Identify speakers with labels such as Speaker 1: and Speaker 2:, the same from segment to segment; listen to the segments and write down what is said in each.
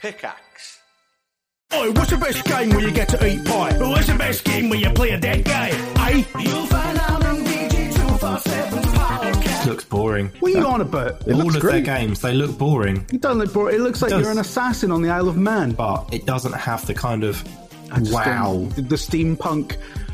Speaker 1: Pickaxe.
Speaker 2: Oi, what's the best game where you get to eat pie? Well, what's the best game where you play a dead guy? Eh? You'll find out on DJ247's podcast.
Speaker 3: Looks boring.
Speaker 4: What are you on about? It
Speaker 3: All
Speaker 4: looks
Speaker 3: of
Speaker 4: great.
Speaker 3: their games, they look boring.
Speaker 4: You don't look bored. It looks like
Speaker 3: does.
Speaker 4: you're an assassin on the Isle of Man.
Speaker 3: But it doesn't have the kind of
Speaker 4: I just
Speaker 3: wow.
Speaker 4: don't- The, steampunk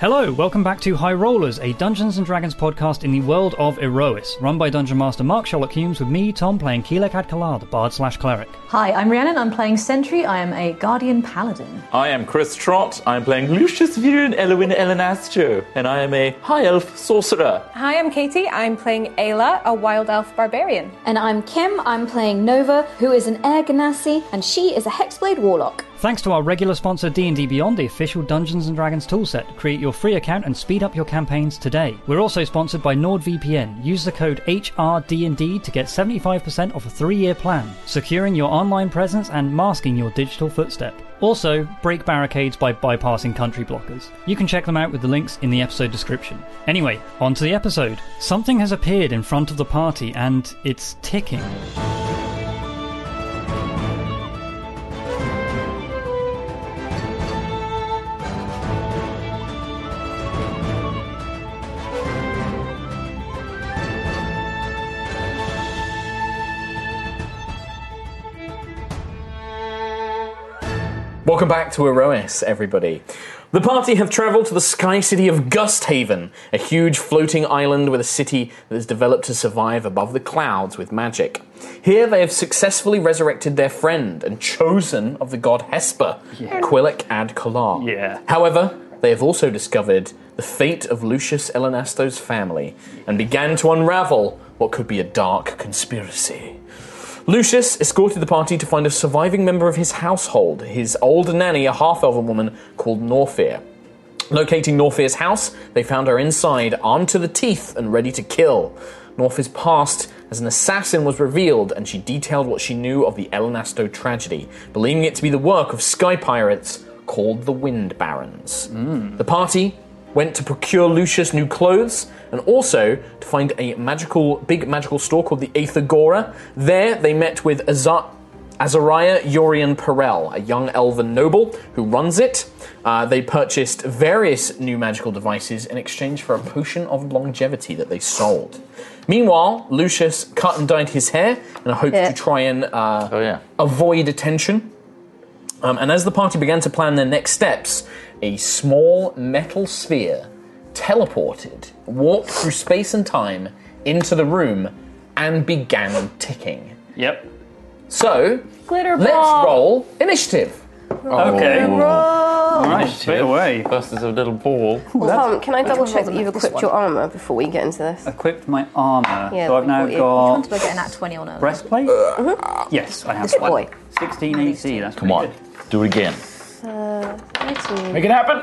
Speaker 5: Hello, welcome back to High Rollers, a Dungeons and Dragons podcast in the world of Erois, run by Dungeon Master Mark Sherlock Humes, with me, Tom, playing Keelek Adkalar, the bard slash cleric.
Speaker 6: Hi, I'm Rhiannon. I'm playing Sentry. I am a Guardian Paladin.
Speaker 7: I am Chris Trott. I'm playing Lucius Viren Elwin Elenastro, and I am a high elf sorcerer.
Speaker 8: Hi, I'm Katie. I'm playing Ayla, a wild elf barbarian.
Speaker 9: And I'm Kim, I'm playing Nova, who is an Air Ganassi, and she is a Hexblade Warlock.
Speaker 5: Thanks to our regular sponsor D&D Beyond, the official Dungeons and Dragons toolset, create your free account and speed up your campaigns today. We're also sponsored by NordVPN. Use the code HRDND to get 75% off a 3-year plan, securing your online presence and masking your digital footstep. Also, break barricades by bypassing country blockers. You can check them out with the links in the episode description. Anyway, on to the episode. Something has appeared in front of the party and it's ticking.
Speaker 7: Welcome back to Erois, everybody. The party have travelled to the sky city of Gusthaven, a huge floating island with a city that has developed to survive above the clouds with magic. Here they have successfully resurrected their friend and chosen of the god Hesper, Quillic ad Kolar.
Speaker 5: Yeah.
Speaker 7: However, they have also discovered the fate of Lucius Elenasto's family and began to unravel what could be a dark conspiracy. Lucius escorted the party to find a surviving member of his household, his old nanny, a half elven woman called Norfear. Locating Norfear's house, they found her inside, armed to the teeth and ready to kill. Norfear's past as an assassin was revealed, and she detailed what she knew of the Elenasto tragedy, believing it to be the work of sky pirates called the Wind Barons. The party went to procure Lucius new clothes and also to find a magical, big magical store called the Aethagora. There, they met with Azar. Azariah Yorian Perel, a young elven noble who runs it. Uh, they purchased various new magical devices in exchange for a potion of longevity that they sold. Meanwhile, Lucius cut and dyed his hair in a hope
Speaker 6: Yeah.
Speaker 7: to try and uh,
Speaker 10: Oh, yeah.
Speaker 7: avoid attention. Um, and as the party began to plan their next steps, a small metal sphere teleported, warped through space and time into the room, and began ticking.
Speaker 5: Yep.
Speaker 7: So,
Speaker 8: Glitter
Speaker 7: let's
Speaker 8: ball.
Speaker 7: roll initiative.
Speaker 10: Okay.
Speaker 5: Right, away.
Speaker 7: First is a little ball.
Speaker 11: Tom, can I double check
Speaker 6: roll the
Speaker 11: that you've
Speaker 6: necklace
Speaker 11: equipped
Speaker 6: one.
Speaker 11: your armor before we get into this?
Speaker 10: Equipped my armour.
Speaker 11: Yeah,
Speaker 10: so I've now
Speaker 11: what you-
Speaker 6: Which one
Speaker 10: got
Speaker 6: did I get an at 20 on earlier?
Speaker 10: breastplate? Yes, I have
Speaker 11: Mm-hmm. Good boy.
Speaker 10: 16 AC, that's
Speaker 7: Come on, do it again.
Speaker 11: Uh, 18.
Speaker 7: Make it happen.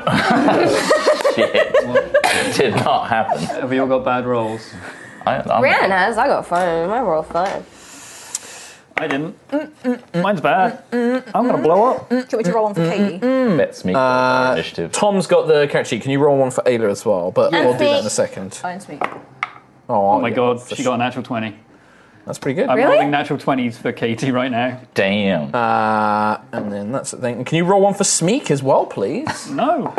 Speaker 7: Shit. Did not happen.
Speaker 10: Have we all got bad rolls?
Speaker 7: I, I'm-
Speaker 11: Rhiannon has. I got five. I roll five.
Speaker 10: I didn't. Mine's bad. I'm gonna blow up.
Speaker 6: Do you want me to roll on for Katie?
Speaker 3: Let's
Speaker 7: Hmm.
Speaker 3: make
Speaker 7: Uh,
Speaker 3: initiative.
Speaker 7: Tom's got the character sheet. Can you roll one for Ayla as well? But we'll do that in a
Speaker 11: Thanks.
Speaker 7: second.
Speaker 6: Mine's me.
Speaker 7: Oh,
Speaker 10: Oh my
Speaker 7: yeah,
Speaker 10: god,
Speaker 7: for
Speaker 10: she
Speaker 7: sure.
Speaker 10: got a natural 20.
Speaker 7: That's pretty good.
Speaker 10: I'm
Speaker 11: Really?
Speaker 10: rolling natural 20s for Katie right now.
Speaker 3: Damn.
Speaker 7: Uh, and then that's the thing. Can you roll one for Smeek as well, please?
Speaker 10: No.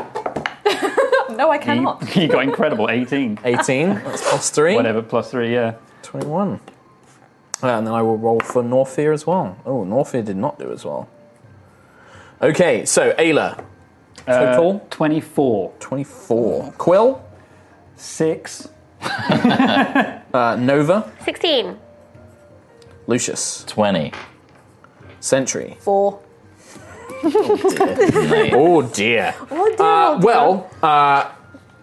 Speaker 6: No, I cannot.
Speaker 10: You got incredible 18.
Speaker 7: 18. That's plus 3.
Speaker 10: Whatever, plus three, yeah.
Speaker 7: 21. Uh, and then I will roll for Norfear as well. Oh, Norfear did not do as well. Okay, so Ayla,
Speaker 10: Uh,
Speaker 7: total
Speaker 10: 24.
Speaker 7: 24. Quill,
Speaker 10: 6.
Speaker 7: uh, Nova,
Speaker 11: 16.
Speaker 7: Lucius,
Speaker 3: 20.
Speaker 7: Sentry.
Speaker 6: Four.
Speaker 7: Oh dear.
Speaker 10: Oh,
Speaker 11: oh,
Speaker 7: Uh, well, uh,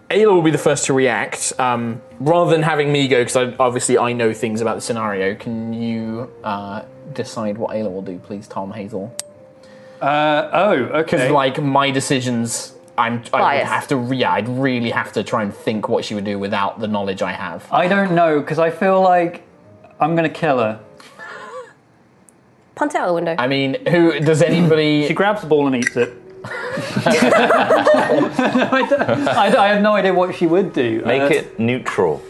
Speaker 7: Ayla will be the first to react. Um, rather than having me go, because obviously I know things about the scenario, can you uh, decide what Ayla will do, please, Tom Hazel?
Speaker 10: Uh, oh, okay.
Speaker 7: Like my decisions, I'm. I would
Speaker 11: Biased.
Speaker 7: have to. Yeah, I'd really have to try and think what she would do without the knowledge I have.
Speaker 10: I don't know because I feel like I'm gonna kill her.
Speaker 11: Punt out the window.
Speaker 7: I mean, who does anybody?
Speaker 10: She grabs the ball and eats it. I, don't- I, I have no idea what she would do.
Speaker 1: Make
Speaker 10: Uh,
Speaker 1: it neutral,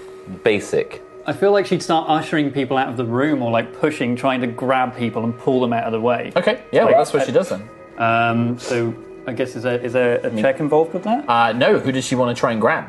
Speaker 1: basic.
Speaker 10: I feel like she'd start ushering people out of the room or like pushing, trying to grab people and pull them out of the way.
Speaker 7: Okay, yeah,
Speaker 10: Like,
Speaker 7: well, that's what she
Speaker 10: uh,
Speaker 7: does then.
Speaker 10: Um, so I guess is there is there a
Speaker 7: mean-
Speaker 10: check involved with that?
Speaker 7: Uh, no, who does she want to try and grab?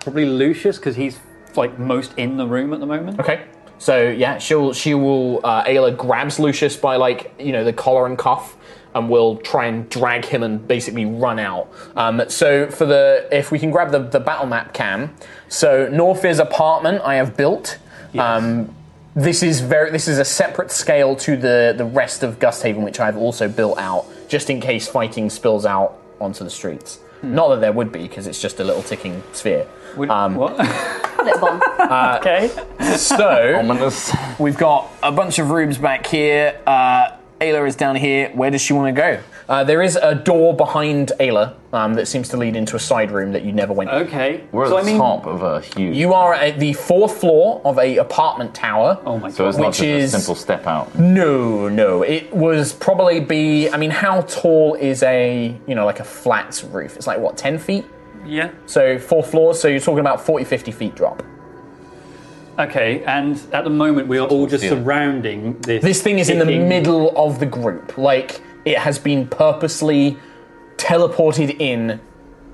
Speaker 10: Probably Lucius because he's like most in the room at the moment.
Speaker 7: Okay. So yeah, she'll she will uh, Ayla grabs Lucius by like you know the collar and cuff, and will try and drag him and basically run out. Um, so for the if we can grab the, the battle map cam, so Norfir's apartment I have built. Um, this is very this is a separate scale to the the rest of Gusthaven, which I have also built out just in case fighting spills out onto the streets. Not that there would be because it's just a little ticking sphere.
Speaker 10: Would,
Speaker 7: um,
Speaker 10: what?
Speaker 7: uh,
Speaker 11: Lip bomb.
Speaker 10: okay.
Speaker 7: So
Speaker 1: Ominous.
Speaker 7: We've got a bunch of rooms back here. Uh, Ayla is down here. Where does she want to go? Uh, there is a door behind Ayla um, that seems to lead into a side room that you never went. in.
Speaker 10: Okay.
Speaker 1: We're at
Speaker 10: so
Speaker 1: the
Speaker 10: I mean,
Speaker 1: top of a huge.
Speaker 7: You are at the fourth floor of a apartment tower.
Speaker 10: Oh my
Speaker 1: so
Speaker 10: god.
Speaker 1: it's not
Speaker 7: which
Speaker 1: just
Speaker 7: is-
Speaker 1: a simple step out.
Speaker 7: No, no. It was probably be. I mean, how tall is a you know like a flat roof? It's like what ten feet.
Speaker 10: yeah.
Speaker 7: So four floors. So you're talking about 40, 50 feet drop.
Speaker 10: Okay. And at the moment we are all just
Speaker 1: Ceiling.
Speaker 10: surrounding this.
Speaker 7: This thing is in the
Speaker 10: ticking-
Speaker 7: middle of the group. Like, it has been purposely teleported in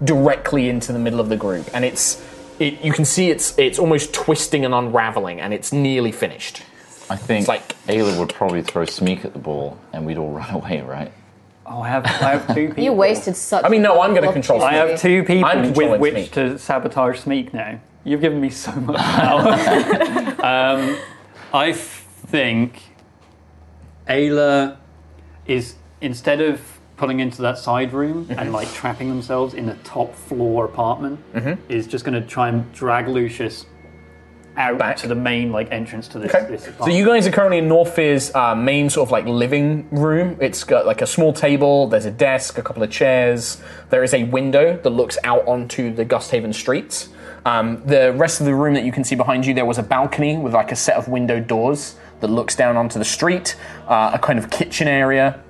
Speaker 7: directly into the middle of the group. And it's. It, you can see it's it's almost twisting and unraveling, and it's nearly finished.
Speaker 1: I think
Speaker 7: It's like-
Speaker 1: Ayla would probably throw Smeek at the ball, and we'd all run away, right?
Speaker 10: Oh, I have I have two people.
Speaker 11: You wasted such.
Speaker 7: I mean, no, I'm gonna control
Speaker 10: I have two people
Speaker 7: I'm controlling
Speaker 10: with which
Speaker 7: Smeek.
Speaker 10: to sabotage Smeek now. You've given me so much power. um, I f- think Ayla is, instead of pulling into that side room
Speaker 7: Mm-hmm.
Speaker 10: and like trapping themselves in the top floor apartment,
Speaker 7: Mm-hmm.
Speaker 10: is just going to try and drag Lucius out
Speaker 7: Back.
Speaker 10: to the main like entrance to this,
Speaker 7: Okay.
Speaker 10: this
Speaker 7: So
Speaker 10: apartment.
Speaker 7: you guys are currently in Northfear's uh, main sort of like living room. It's got like a small table. There's a desk, a couple of chairs. There is a window that looks out onto the Gusthaven streets. Um, the rest of the room that you can see behind you, there was a balcony with like a set of window doors that looks down onto the street. Uh, a kind of kitchen area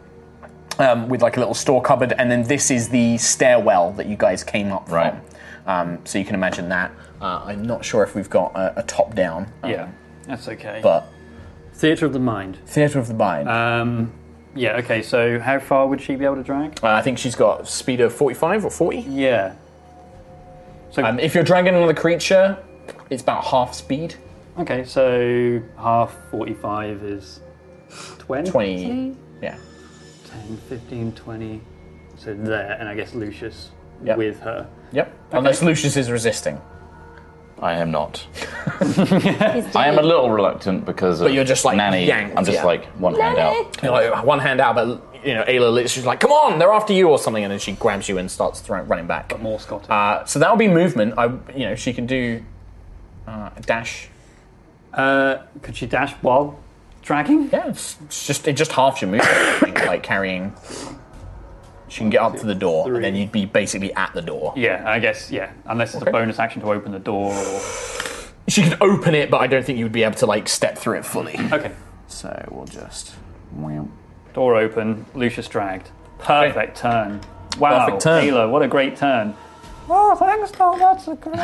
Speaker 7: um, with like a little store cupboard, and then this is the stairwell that you guys came up from.
Speaker 1: Right.
Speaker 7: Um, so you can imagine that. Uh, I'm not sure if we've got a, a top down, um,
Speaker 10: yeah, that's okay.
Speaker 7: but
Speaker 10: Theatre of the mind.
Speaker 7: theatre of the mind.
Speaker 10: Um, yeah. Okay. So how far would she be able to drag?
Speaker 7: Uh, I think she's got speed of 45 or 40.
Speaker 10: Yeah.
Speaker 7: Um, if you're dragging another creature, it's about half speed.
Speaker 10: Okay, so half 45 is 20?
Speaker 7: 20. Yeah.
Speaker 10: 10, 15, 20. So there, and I guess Lucius
Speaker 7: Yep.
Speaker 10: with her.
Speaker 7: Yep. Unless Lucius is resisting.
Speaker 1: I am not. I am a little reluctant because of
Speaker 7: But you're just, like,
Speaker 1: nanny.
Speaker 7: yanked,
Speaker 1: I'm just
Speaker 7: yeah.
Speaker 1: like one hand out.
Speaker 7: You know, like, one hand out, but you know, Ayla literally like, come on, they're after you or something, and then she grabs you and starts throwing, running back.
Speaker 10: More Scottish.
Speaker 7: Uh, so that'll be movement. I, you know, she can do uh, a dash.
Speaker 10: Uh, could she dash while dragging?
Speaker 7: Yeah, it's, it's just it just halves your movement. I think, like carrying. She can get up to the door, and then you'd be basically at the door.
Speaker 10: Yeah, I guess, yeah. Unless it's
Speaker 7: Okay.
Speaker 10: a bonus action to open the door or.
Speaker 7: She could open it, but I don't think you would be able to like step through it fully.
Speaker 10: Okay,
Speaker 7: So we'll just.
Speaker 10: door open, Lucius dragged. Perfect turn. Wow,
Speaker 7: Perfect turn.
Speaker 10: Ayla, what a great turn. Oh, thanks, Tom. That's a great.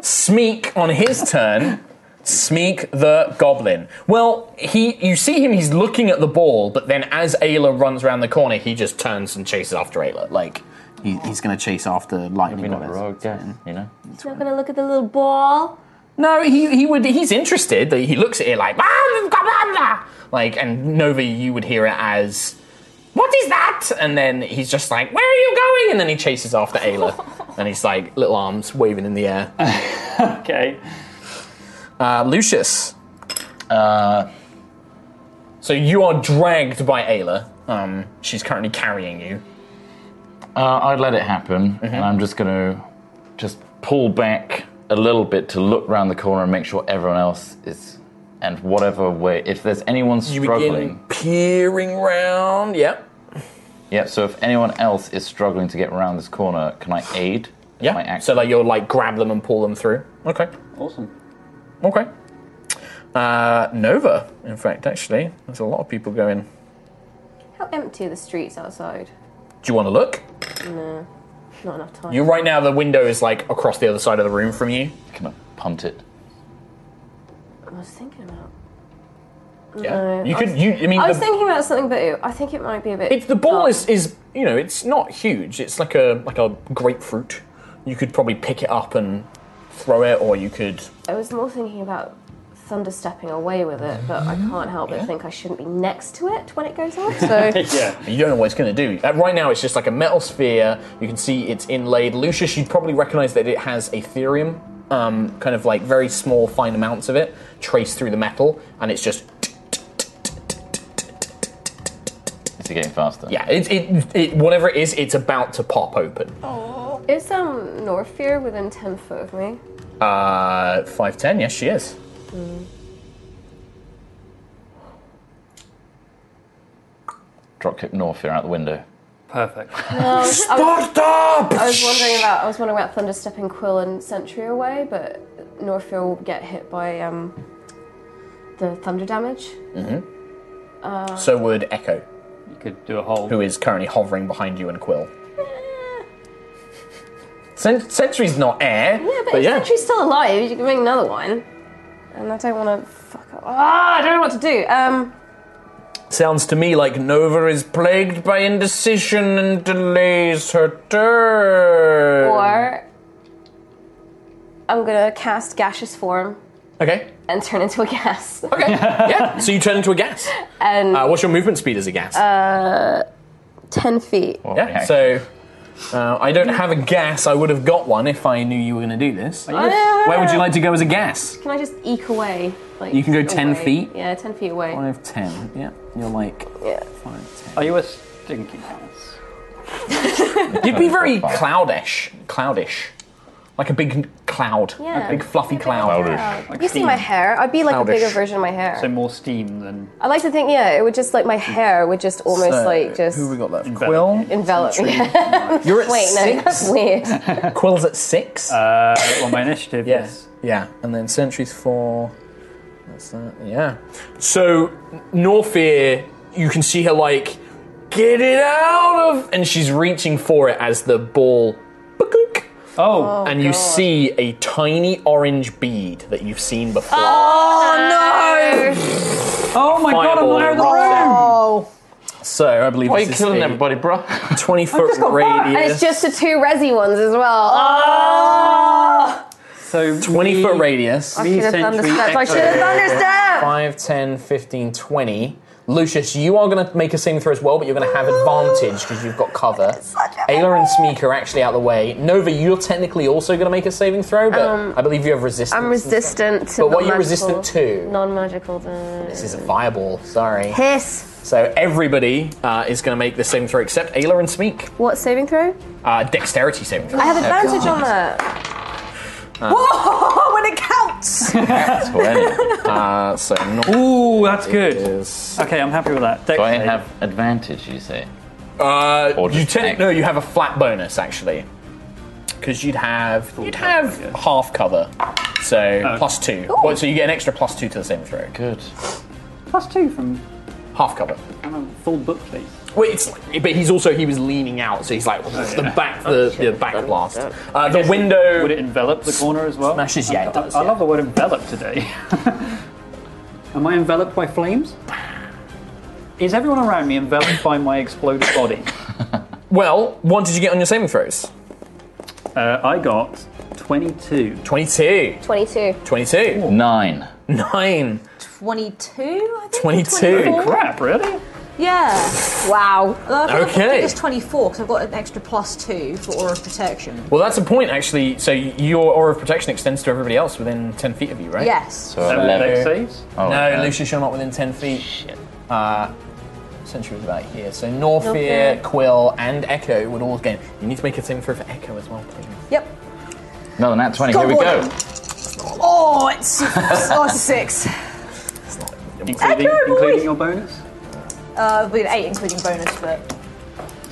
Speaker 7: Smeek on his turn. Smeek the goblin. Well, he you see him, he's looking at the ball, but then as Ayla runs around the corner, he just turns and chases after Ayla. Like he, he's gonna chase after
Speaker 1: Maybe
Speaker 7: lightning.
Speaker 1: not
Speaker 7: Goddess.
Speaker 1: rogue, yeah, you know?
Speaker 9: Not gonna look at the little ball.
Speaker 7: No, he he would he's interested. He looks at it like "Ah, blah, blah, blah." like and Nova you would hear it as what is that? And then he's just like, where are you going? And then he chases after Ayla, and he's like little arms waving in the air.
Speaker 10: Okay.
Speaker 7: Uh, Lucius.
Speaker 1: Uh,
Speaker 7: So you are dragged by Ayla. Um, she's currently carrying you.
Speaker 1: uh, I'd let it happen, and I'm just going to just pull back a little bit to look round the corner and make sure everyone else is. And whatever way, if there's anyone
Speaker 7: You
Speaker 1: struggling,
Speaker 7: begin peering round. Yep.
Speaker 1: Yeah, so if anyone else is struggling to get around this corner, can I aid?
Speaker 7: Yeah. So like you'll like grab them and pull them through. Okay.
Speaker 10: Awesome.
Speaker 7: Okay. Uh, Nova, in fact, actually, there's a lot of people going.
Speaker 11: How empty are the streets outside?
Speaker 7: Do you want to look?
Speaker 11: No, not enough time.
Speaker 7: You right now the window is like across the other side of the room from you.
Speaker 1: Can I punt it?
Speaker 11: I was thinking about.
Speaker 7: Yeah.
Speaker 11: No,
Speaker 7: You
Speaker 11: Uh, I
Speaker 7: could-
Speaker 11: was-
Speaker 7: you- I mean,
Speaker 11: was
Speaker 7: the-
Speaker 11: thinking about something, but it- I think it might be a bit.
Speaker 7: If the ball is, is you know, it's not huge. It's like a like a grapefruit. You could probably pick it up and throw it, or you could.
Speaker 11: I was more thinking about thunder stepping away with it, but I can't help but think I shouldn't be next to it when it goes off. So
Speaker 7: You don't know what it's going to do. Uh, right now, it's just like a metal sphere. You can see it's inlaid. Lucius, you'd probably recognize that it has aetherium, um, kind of like very small, fine amounts of it traced through the metal, and it's just
Speaker 1: Is it getting faster?
Speaker 7: yeah, it, it, it whatever it is, it's about to pop open.
Speaker 11: is um Norfear within ten foot of me?
Speaker 7: Uh, five ten. Yes, she is.
Speaker 11: Mm.
Speaker 1: Drop kick Norfear out the window.
Speaker 10: Perfect.
Speaker 11: No,
Speaker 7: Sparta!
Speaker 11: I was wondering about I was wondering about thunder stepping Quill and Sentry away, but Norfear will get hit by um the thunder damage.
Speaker 7: hmm
Speaker 11: Uh,
Speaker 7: So would Echo.
Speaker 10: You could do a whole.
Speaker 7: Who is currently hovering behind you and Quill. Sen- Sentry's not air.
Speaker 11: yeah, but, if
Speaker 7: yeah.
Speaker 11: Sentry's still alive, you can make another one. And I don't want to fuck up. Ah, I don't know what to do. Um,
Speaker 7: Sounds to me like Nova is plagued by indecision and delays her turn.
Speaker 11: or I'm gonna cast gaseous form
Speaker 7: Okay.
Speaker 11: and turn into a gas.
Speaker 7: yeah. So you turn into a gas.
Speaker 11: And
Speaker 7: Uh, what's your movement speed as a gas?
Speaker 11: uh, ten feet.
Speaker 7: yeah. So uh, I don't have a gas. I would have got one if I knew you were going to do this.
Speaker 11: Are you gonna-
Speaker 7: Where would you like to go as a gas?
Speaker 11: Can I just eke away? Like
Speaker 7: You can go 10
Speaker 11: away?
Speaker 7: feet?
Speaker 11: Yeah, ten feet away.
Speaker 7: Five ten. Yeah. You're like five ten.
Speaker 10: Are you a stinky mouse?
Speaker 7: You'd be very cloudish, cloudish, like a big cloud,
Speaker 11: Yeah.
Speaker 7: a big fluffy cloud.
Speaker 11: you see my hair? I'd be like a bigger
Speaker 7: Cloudish.
Speaker 11: version of my hair.
Speaker 10: So more steam than.
Speaker 11: I like to think, yeah, it would just like my hair would just almost
Speaker 7: So,
Speaker 11: like just
Speaker 7: who we got left? Quill.
Speaker 11: envelop me.
Speaker 7: You're at
Speaker 11: Wait, no, that's weird.
Speaker 7: Quill's at six.
Speaker 10: Uh, well, my initiative.
Speaker 7: yes. Yeah, and then Sentry's four. That's that. Yeah. So Norfear, you can see her like get it out of, and she's reaching for it as the ball.
Speaker 10: Oh,
Speaker 7: and you see a tiny orange bead that you've seen before.
Speaker 11: Oh
Speaker 10: no! Oh my god! I'm not out of the room.
Speaker 7: So I believe
Speaker 1: Why
Speaker 7: this
Speaker 1: you
Speaker 7: is
Speaker 1: killing
Speaker 7: a
Speaker 1: everybody, bro?
Speaker 7: Twenty foot
Speaker 11: And
Speaker 7: radius.
Speaker 11: it's just the two resi ones as well. Oh!
Speaker 10: So
Speaker 7: twenty foot radius.
Speaker 11: I should have thunderstepped. Oh! I should have thunderstepped.
Speaker 7: 5, 10, 15, 20. Lucius, you are going to make a saving throw as well, but you're going to have advantage because you've got cover. Ayla and Smeek are actually out of the way. Nova, you're technically also going to make a saving throw, but
Speaker 11: Um,
Speaker 7: I believe you have resistance.
Speaker 11: I'm resistant to.
Speaker 7: But what are you
Speaker 11: non-magical-
Speaker 7: resistant to?
Speaker 11: Non-magical.
Speaker 7: This is a fireball, sorry.
Speaker 11: Hiss.
Speaker 7: So everybody uh, is going to make the saving throw except Ayla and Smeek.
Speaker 11: What saving throw?
Speaker 7: Uh, dexterity saving throw.
Speaker 11: I have advantage on that.
Speaker 7: Oh, Uh,
Speaker 11: Whoa! When it counts.
Speaker 7: uh, so
Speaker 10: Ooh, that's good. Okay, I'm happy with that. Do
Speaker 1: I have advantage, you say?
Speaker 7: Uh,
Speaker 1: Or
Speaker 7: you
Speaker 1: just
Speaker 7: techni-
Speaker 1: egg.
Speaker 7: no, you have a flat bonus actually, because you'd have you'd have half cover, so plus two. Well, so you get an extra plus two to the saving throw.
Speaker 1: Good.
Speaker 10: Plus two from
Speaker 7: Half cover.
Speaker 10: I'm a full book, please.
Speaker 7: Wait, it's like, but he's also he was leaning out, so he's
Speaker 10: Oh,
Speaker 7: like the back the, the back blast. Uh, the window
Speaker 10: Would it envelop the corner as well?
Speaker 7: smashes. Yeah, it does.
Speaker 10: I love the word envelop today. Am I enveloped by flames? Is everyone around me enveloped by my exploded body?
Speaker 7: Well, what did you get on your saving throws?
Speaker 10: Uh, I got twenty-two.
Speaker 7: Twenty-two.
Speaker 11: Twenty-two.
Speaker 7: Twenty-two.
Speaker 1: Nine.
Speaker 7: Nine.
Speaker 6: 22, I think. or
Speaker 7: 22.
Speaker 6: 24.
Speaker 10: Crap, really?
Speaker 6: Yeah. Wow. I think I
Speaker 7: Okay.
Speaker 6: think it's 24 because I've got an extra plus two for aura of protection.
Speaker 7: Well, that's a point actually. So your aura of protection extends to everybody else within ten feet of you, right?
Speaker 6: Yes.
Speaker 1: So So eleven. dex
Speaker 10: saves?
Speaker 1: Oh,
Speaker 7: no,
Speaker 1: okay.
Speaker 7: Lucius, you're not within ten feet. Shit. Uh, Sentry was about here. So Norfear,
Speaker 6: Norfear.
Speaker 7: Quill, and Echo would all gain. You need to make a saving throw for Echo as well, please.
Speaker 6: Yep.
Speaker 1: Another nat 20.
Speaker 6: Go
Speaker 1: Here we
Speaker 6: boy.
Speaker 1: go.
Speaker 6: Oh, it's, oh, it's a six.
Speaker 10: Including,
Speaker 6: Echo boy.
Speaker 1: Oh.
Speaker 10: including your bonus?
Speaker 6: Uh, it'll be an eight, including bonus, but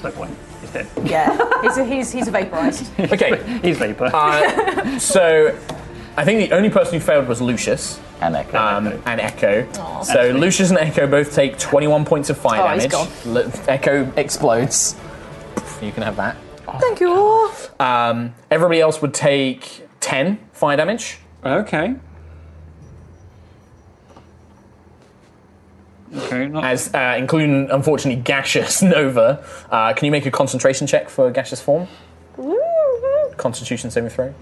Speaker 10: No point. He's dead.
Speaker 6: yeah, he's he's he's vaporized.
Speaker 7: Okay.
Speaker 10: He's vapor.
Speaker 7: Uh, so, I think the only person who failed was Lucius. And Echo.
Speaker 1: Uh,
Speaker 7: Um, and Echo.
Speaker 6: Aw.
Speaker 7: So, Lucius and Echo both take 21 points of fire
Speaker 6: Oh, he's
Speaker 7: damage.
Speaker 6: gone.
Speaker 7: L- Echo explodes. You can have that.
Speaker 6: Thank you all.
Speaker 7: Um, everybody else would take 10 fire damage.
Speaker 10: Okay. Okay,
Speaker 7: As uh, including, unfortunately, gaseous Nova. Uh, can you make a concentration check for gaseous form? Constitution saving throw.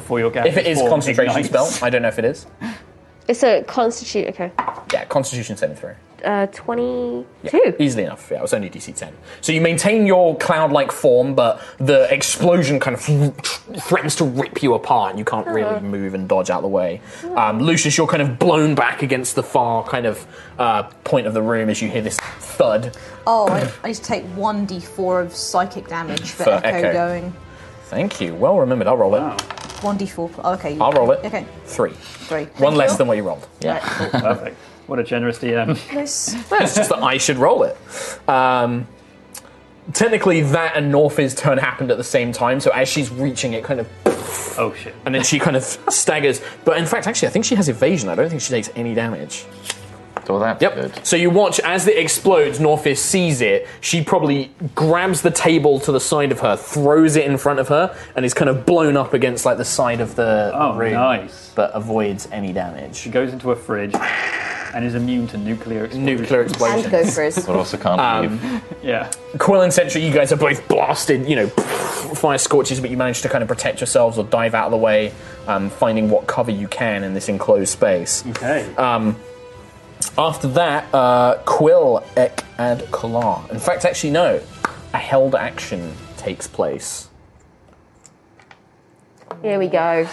Speaker 10: For your
Speaker 7: if it is concentration spell, I don't know if it is.
Speaker 11: It's a constitute. Okay.
Speaker 7: Yeah, Constitution saving throw.
Speaker 11: Uh, Twenty.
Speaker 7: Yeah, Easily enough. Yeah, it was only DC 10. So you maintain your cloud like form, but the explosion kind of threatens to rip you apart, and you can't really move and dodge out of the way. Um, Lucius, you're kind of blown back against the far kind of uh, point of the room as you hear this thud.
Speaker 6: Oh, I, I need to take one d4 of psychic damage for,
Speaker 7: For
Speaker 6: Echo,
Speaker 7: Echo.
Speaker 6: going.
Speaker 7: Thank you. Well remembered. I'll roll it.
Speaker 6: One d4. pl- Okay.
Speaker 7: I'll roll it.
Speaker 6: Okay.
Speaker 7: Three.
Speaker 6: Three.
Speaker 7: One less than what you rolled.
Speaker 6: Yeah.
Speaker 10: Perfect. What a generous DM.
Speaker 6: Nice.
Speaker 7: it's just that I should roll it. Um, technically, that and North's turn happened at the same time. So as she's reaching, it kind of.
Speaker 10: Oh shit!
Speaker 7: And then she kind of staggers. But in fact, actually, I think she has evasion. I don't think she takes any damage.
Speaker 1: So that's
Speaker 7: yep.
Speaker 1: good.
Speaker 7: So you watch as it explodes. Norfis sees it. She probably grabs the table to the side of her, throws it in front of her, and is kind of blown up against like the side of the
Speaker 10: Oh,
Speaker 7: room.
Speaker 10: nice.
Speaker 7: But avoids any damage. She
Speaker 10: goes into a fridge and is immune to nuclear explosions.
Speaker 7: Nuclear explosions. And gophers. But also can't leave.
Speaker 10: Yeah.
Speaker 7: Quill and Sentry, you guys are both blasted, you know, fire scorches, but you manage to kind of protect yourselves or dive out of the way, um, finding what cover you can in this enclosed space.
Speaker 10: Okay.
Speaker 7: Um, after that, uh, Quill, Ek, and Kalar. In fact, actually, no. A held action takes place.
Speaker 11: Here we go.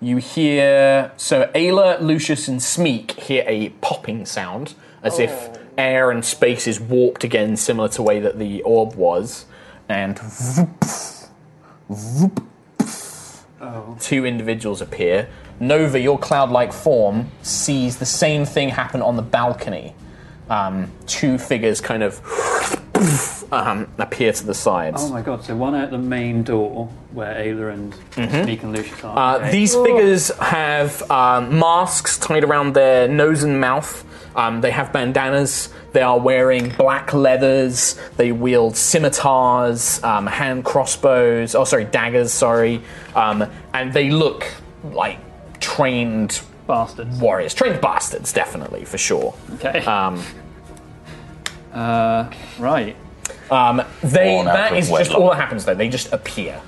Speaker 7: You hear. So, Ayla, Lucius, and Smeek hear a popping sound, as if
Speaker 10: Oh.
Speaker 7: air and space is warped again, similar to the way that the orb was. And
Speaker 10: Oh.
Speaker 7: two individuals appear. Nova, your cloud like form, sees the same thing happen on the balcony. Um, two figures kind of um, appear to the sides.
Speaker 10: Oh my god! So one at the main door where Ayla and
Speaker 7: Mhm.
Speaker 10: Sneak and Lucius are.
Speaker 7: Uh, These figures have um, masks tied around their nose and mouth. Um, they have bandanas. They are wearing black leathers. They wield scimitars, um, hand crossbows. Oh, sorry, daggers. Sorry, um, and they look like trained
Speaker 10: bastards,
Speaker 7: warriors, trained bastards, definitely for sure.
Speaker 10: Okay.
Speaker 7: Um,
Speaker 10: uh, right.
Speaker 7: Um, they
Speaker 10: Born out
Speaker 7: that
Speaker 10: of
Speaker 7: is just
Speaker 10: wedlock.
Speaker 7: all that happens though. They just appear.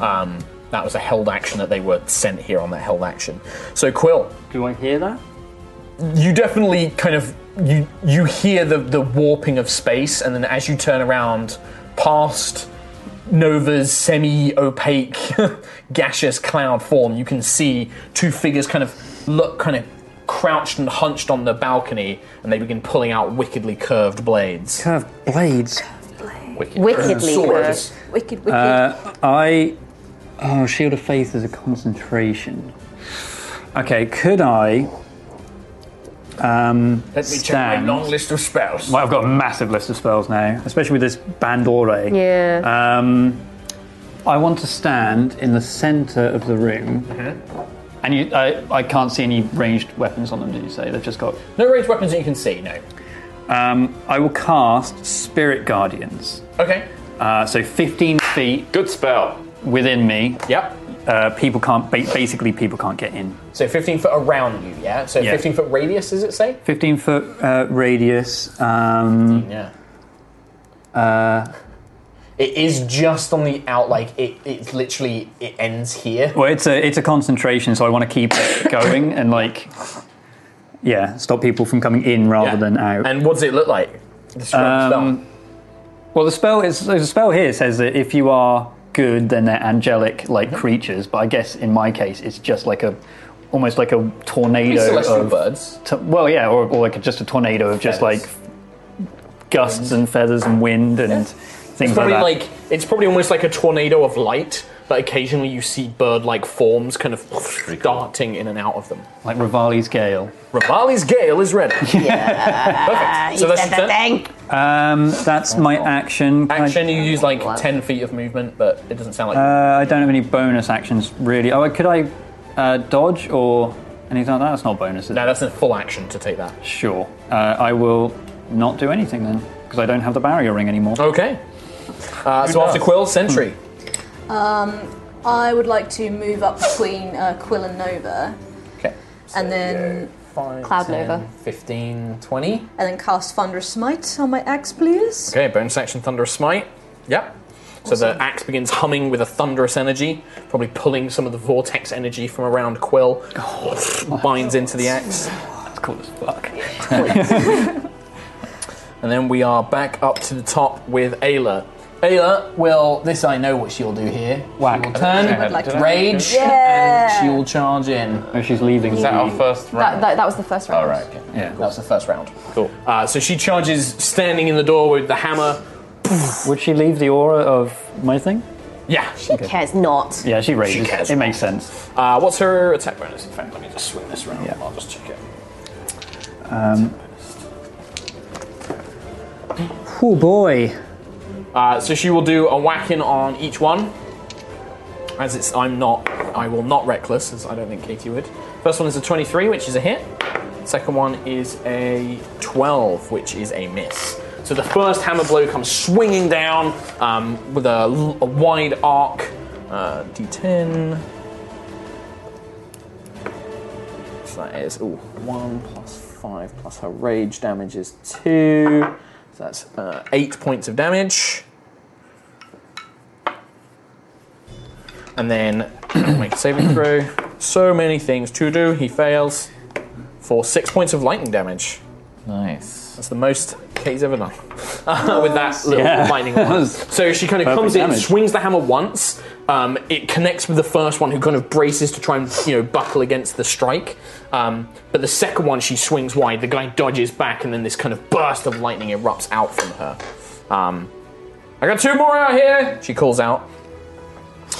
Speaker 7: Um, that was a held action that they were sent here on that held action. So Quill,
Speaker 10: do I hear that?
Speaker 7: You definitely kind of you you hear the the warping of space, and then as you turn around, past Nova's semi-opaque gaseous cloud form, you can see two figures kind of look kind of crouched and hunched on the balcony, and they begin pulling out wickedly curved blades.
Speaker 10: Curved blades.
Speaker 7: Wicked.
Speaker 10: Wickedly
Speaker 7: Swords.
Speaker 6: Wicked, wicked.
Speaker 10: Uh, I. Oh, Shield of Faith is a concentration. Okay, could I. Um,
Speaker 7: Let me check my
Speaker 10: stand-
Speaker 7: long list of spells.
Speaker 10: Well, I've got a massive list of spells now, especially with this Bandore.
Speaker 11: Yeah.
Speaker 10: Um, I want to stand in the centre of the room. And you, I, I can't see any ranged weapons on them, did you say? They've just got.
Speaker 7: No ranged weapons that you can see, no.
Speaker 10: Um, I will cast Spirit Guardians.
Speaker 7: Okay.
Speaker 10: Uh, so 15 feet.
Speaker 7: Good spell.
Speaker 10: Within me.
Speaker 7: Yep.
Speaker 10: Uh, people can't. Ba- basically, people can't get in.
Speaker 7: So 15 foot around you, yeah? So
Speaker 10: Yeah.
Speaker 7: 15 foot radius, does it say?
Speaker 10: 15 foot uh, radius. Um,
Speaker 7: Yeah.
Speaker 10: Uh,
Speaker 7: Mm. It is just on the out, like, it, it's literally, it ends here.
Speaker 10: well, it's a it's a concentration, so I want to keep it going and like, yeah, stop people from coming in rather than out.
Speaker 7: And what does it look like? Describe the
Speaker 10: Um, well, the spell is so the spell here says that if you are good, then they're angelic like creatures. But I guess in my case, it's just like a almost like a tornado
Speaker 7: celestial
Speaker 10: of
Speaker 7: birds.
Speaker 10: well, yeah, or, or like just a tornado of just like gusts and feathers and wind and
Speaker 7: It's
Speaker 10: things like
Speaker 7: probably
Speaker 10: that.
Speaker 7: like, it's probably almost like a tornado of light, but occasionally you see bird-like forms kind of darting in and out of them.
Speaker 10: Like Rivali's Gale.
Speaker 7: Rivali's Gale is ready. Yeah.
Speaker 6: Uh,
Speaker 7: Perfect. So that's your turn.
Speaker 10: Um, that's my action. Can I-
Speaker 7: Action, you use like 10 feet of movement, but it doesn't sound like.
Speaker 10: Uh, I don't have any bonus actions really. Oh, could I uh, dodge or anything like that? That's not bonus. No,
Speaker 7: that's a full action to take that.
Speaker 10: Sure. Uh, I will not do anything then because I don't have the barrier ring anymore.
Speaker 7: Okay. Uh,
Speaker 10: Who
Speaker 7: so after
Speaker 10: does?
Speaker 7: Quill, Sentry.
Speaker 6: Um, I would like to move up between uh, Quill and Nova.
Speaker 7: Okay.
Speaker 6: and then Cloud Nova.
Speaker 7: 15, 20.
Speaker 6: And then cast Thunderous Smite on my axe, please.
Speaker 7: Okay, bonus action Thunderous Smite. Yep. So the axe begins humming with a thunderous energy, probably pulling some of the vortex energy from around Quill. binds into the axe. Oh. That's
Speaker 10: cool as fuck.
Speaker 7: and then we are back up to the top with Ayla. Ayla will, this I know what she'll do here. Whack. She will
Speaker 1: I would like
Speaker 7: turn,
Speaker 1: to-
Speaker 7: rage,
Speaker 11: Yeah.
Speaker 7: and she will charge in. Oh,
Speaker 10: she's leaving.
Speaker 7: Is that our first
Speaker 11: That, that, that was the first round.
Speaker 7: All right.
Speaker 10: Yeah.
Speaker 7: That was the first round. Cool. Uh, so she charges, standing in the door with the hammer.
Speaker 10: Would she leave the aura of my thing?
Speaker 7: Yeah. She
Speaker 10: cares not. Yeah, she rages.
Speaker 7: She cares
Speaker 10: it makes sense.
Speaker 7: Uh, what's her attack bonus? In fact, let me just swing this round. I'll just check it.
Speaker 10: Um, oh boy.
Speaker 7: Uh, so she will do a whacking on each one. As it's, I'm not, I will not reckless, as I don't think Katie would. First one is a 23, which is a hit. Second one is a 12, which is a miss. So the first hammer blow comes swinging down um, with a, l- a wide arc. Uh, D10. So that is ooh, 1 plus 5 plus her rage damage is 2. So that's uh, 8 points of damage. And then make a saving throw. So many things to do. He fails for 6 points of lightning damage.
Speaker 1: Nice.
Speaker 7: That's the most Katie's ever done with that little
Speaker 1: Yeah.
Speaker 7: lightning one. So she kind of
Speaker 1: Perfect
Speaker 7: comes in,
Speaker 1: damage.
Speaker 7: swings the hammer once. Um, it connects with the first one, who kind of braces to try and you know buckle against the strike. Um, but the second one, she swings wide. The guy dodges back, and then this kind of burst of lightning erupts out from her. Um, I got two more out here. She calls out.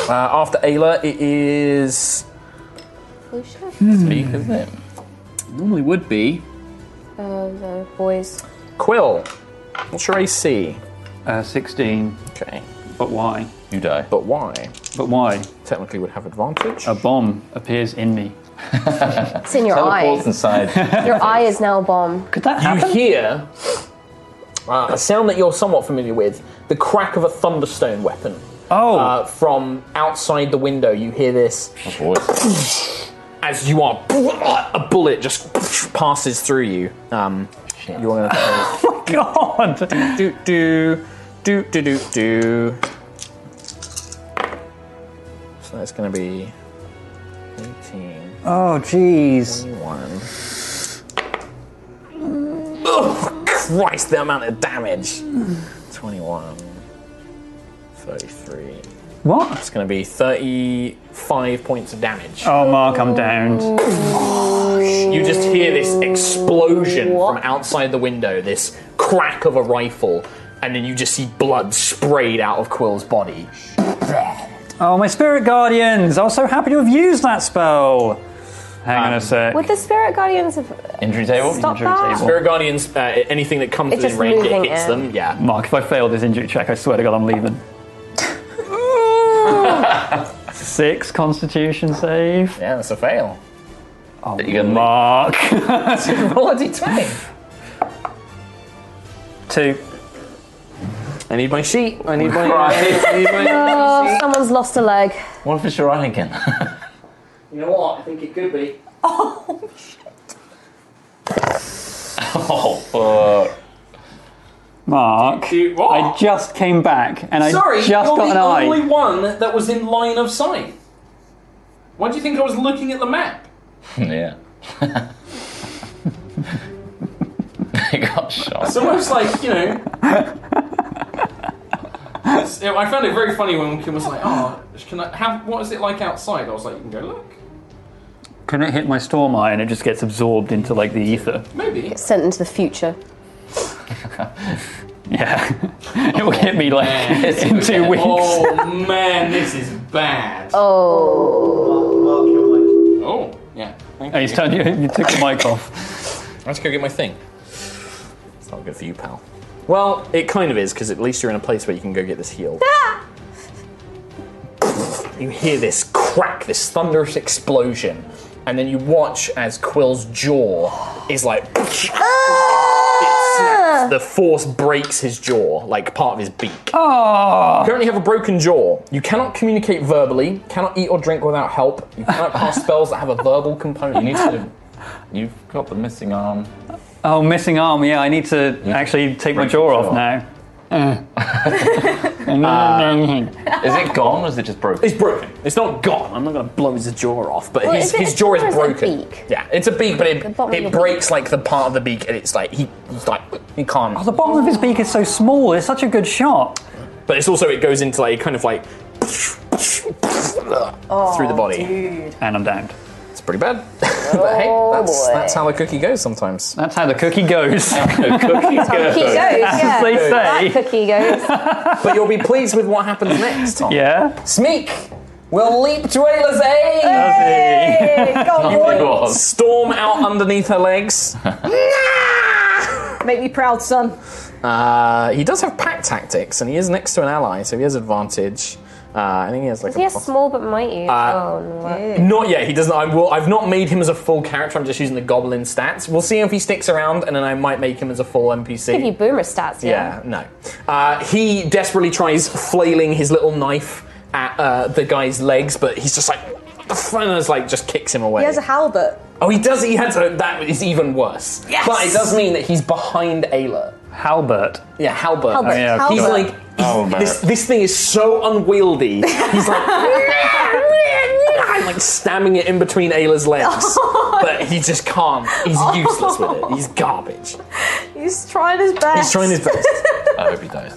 Speaker 7: Uh, after Ayla, it is Sleek, isn't it? Normally would be
Speaker 11: Uh, the boys.
Speaker 7: Quill. What's your AC?
Speaker 10: Uh, 16.
Speaker 7: Okay.
Speaker 10: But why?
Speaker 1: You die.
Speaker 7: But why?
Speaker 10: But why?
Speaker 7: Technically would have advantage.
Speaker 10: A bomb appears in me.
Speaker 11: It's in your eye. Your eye is now a bomb.
Speaker 10: Could that
Speaker 7: You hear uh, a sound that you're somewhat familiar with the crack of a thunderstone weapon.
Speaker 10: Oh!
Speaker 7: Uh, from outside the window, you hear this. As you are, a bullet just passes through you. Um, You want to? oh
Speaker 10: my god!
Speaker 7: Do do do do do do. So that's going to be eighteen.
Speaker 10: Oh, jeez.
Speaker 7: Oh, Christ, the amount of damage. 21, 33.
Speaker 10: What?
Speaker 7: It's going to be 35 points of damage.
Speaker 10: Oh, Mark, I'm downed.
Speaker 7: You just hear this explosion from outside the window, this crack of a rifle, and then you just see blood sprayed out of Quill's body.
Speaker 10: Oh, my spirit guardians! I was so happy to have used that spell. Hang on a sec.
Speaker 11: Would the spirit guardians have.
Speaker 1: Injury
Speaker 11: table? Stop Injury that. table.
Speaker 7: Spirit Guardians, uh, anything that comes
Speaker 11: It's
Speaker 7: within
Speaker 11: just
Speaker 7: range, it
Speaker 11: moving
Speaker 7: hits
Speaker 11: in.
Speaker 7: them, yeah.
Speaker 10: Mark, if I fail this injury check, I swear to God, I'm leaving. Six Constitution save.
Speaker 7: Yeah, that's a fail.
Speaker 10: Oh, Mark.
Speaker 7: Roll a d20.
Speaker 10: Two.
Speaker 7: I need my sheet. I need
Speaker 1: my-
Speaker 11: oh, someone's lost a leg.
Speaker 1: What if it's your eye again?
Speaker 7: You know what? I think it could be.
Speaker 1: oh, fuck.
Speaker 10: Mark, I just came back and I
Speaker 7: Sorry,
Speaker 10: just
Speaker 7: you're
Speaker 10: got
Speaker 7: the
Speaker 10: an eye.
Speaker 7: only one that was in line of sight. Why do you think I was looking at the map?
Speaker 1: yeah. they got shot.
Speaker 7: It's almost like you know. It's- it- I found it very funny when Kim was like, "Oh, can I have? What is it like outside?" I was like, "You can go look."
Speaker 10: Can it hit my storm eye and it just gets absorbed into like the ether?
Speaker 7: Maybe.
Speaker 11: Sent into the future.
Speaker 10: Yeah. it will hit me like in two weeks.
Speaker 7: Oh man, this is
Speaker 1: bad.
Speaker 12: Oh.
Speaker 1: Oh, yeah.
Speaker 10: Oh, he's turned you, you took the mic off.
Speaker 7: Let's go get my thing. It's not good for you, pal. Well, it kind of is, because at least you're in a place where you can go get this healed. you hear this crack, this thunderous explosion, and then you watch as Quill's jaw is like. it snaps. The force breaks his jaw, like part of his beak.
Speaker 10: Ah!
Speaker 7: You currently have a broken jaw. You cannot communicate verbally, cannot eat or drink without help, you cannot cast spells that have a verbal component.
Speaker 1: You need to. You've got the missing arm.
Speaker 10: Oh, missing arm. Yeah, I need to actually take my jaw off now. Ah.
Speaker 1: is it gone or is it just broken?
Speaker 7: It's broken. It's not gone. I'm not going to blow his jaw off, but
Speaker 1: Well,
Speaker 7: his,
Speaker 1: is it
Speaker 7: his jaw
Speaker 1: a jaw or
Speaker 7: is
Speaker 1: is it a
Speaker 7: broken.
Speaker 1: beak?
Speaker 7: Yeah, it's a beak, but it,
Speaker 1: The bottom of
Speaker 7: it
Speaker 1: your
Speaker 7: breaks like the part of the beak, and it's like he, he's like he can't.
Speaker 10: The bottom of his beak is so small. It's such a good shot.
Speaker 7: But it's also it goes into like kind of like through
Speaker 1: Oh,
Speaker 7: the body,
Speaker 10: and I'm downed.
Speaker 7: It's pretty bad. but hey,
Speaker 1: Oh,
Speaker 7: that's, that's how the cookie goes sometimes.
Speaker 10: That's how the cookie goes.
Speaker 7: cookie
Speaker 9: That's how the cookie goes, yeah. That cookie goes.
Speaker 7: but you'll be pleased with what happens next. Tom.
Speaker 10: Yeah.
Speaker 7: Smeek will leap to Ayla's aid.
Speaker 12: Hey, go on, boy.
Speaker 7: Storm out underneath her legs.
Speaker 12: Make me proud, son.
Speaker 7: Uh, he does have pack tactics, and he is next to an ally, so he has advantage. Uh, I think he has like
Speaker 11: Is he a
Speaker 7: plus-
Speaker 11: small but mighty?
Speaker 7: Uh,
Speaker 11: oh, no.
Speaker 7: Not yet. He doesn't. I will. I've not made him as a full character. I'm just using the goblin stats. We'll see if he sticks around, and then I might make him as a full NPC.
Speaker 11: Give you boomer stats, yeah.
Speaker 7: yeah. no. Uh, he desperately tries flailing his little knife at uh, the guy's legs, but he's just like, and it's like just kicks him away.
Speaker 12: He has a halberd.
Speaker 7: oh, he does. He has. A, that is even worse.
Speaker 12: Yes!
Speaker 7: But it does mean that he's behind Ayla.
Speaker 10: Halbert.
Speaker 7: Yeah, Halbert.
Speaker 12: Halbert. Oh, yeah,
Speaker 7: He's
Speaker 12: Halbert.
Speaker 7: like. he's- This, this thing is so unwieldy. He's like, I'm like stamming it in between Ayla's legs,
Speaker 12: Oh.
Speaker 7: but he just can't. He's useless with it. He's garbage.
Speaker 12: He's trying his best.
Speaker 7: He's trying his best.
Speaker 1: I hope he dies.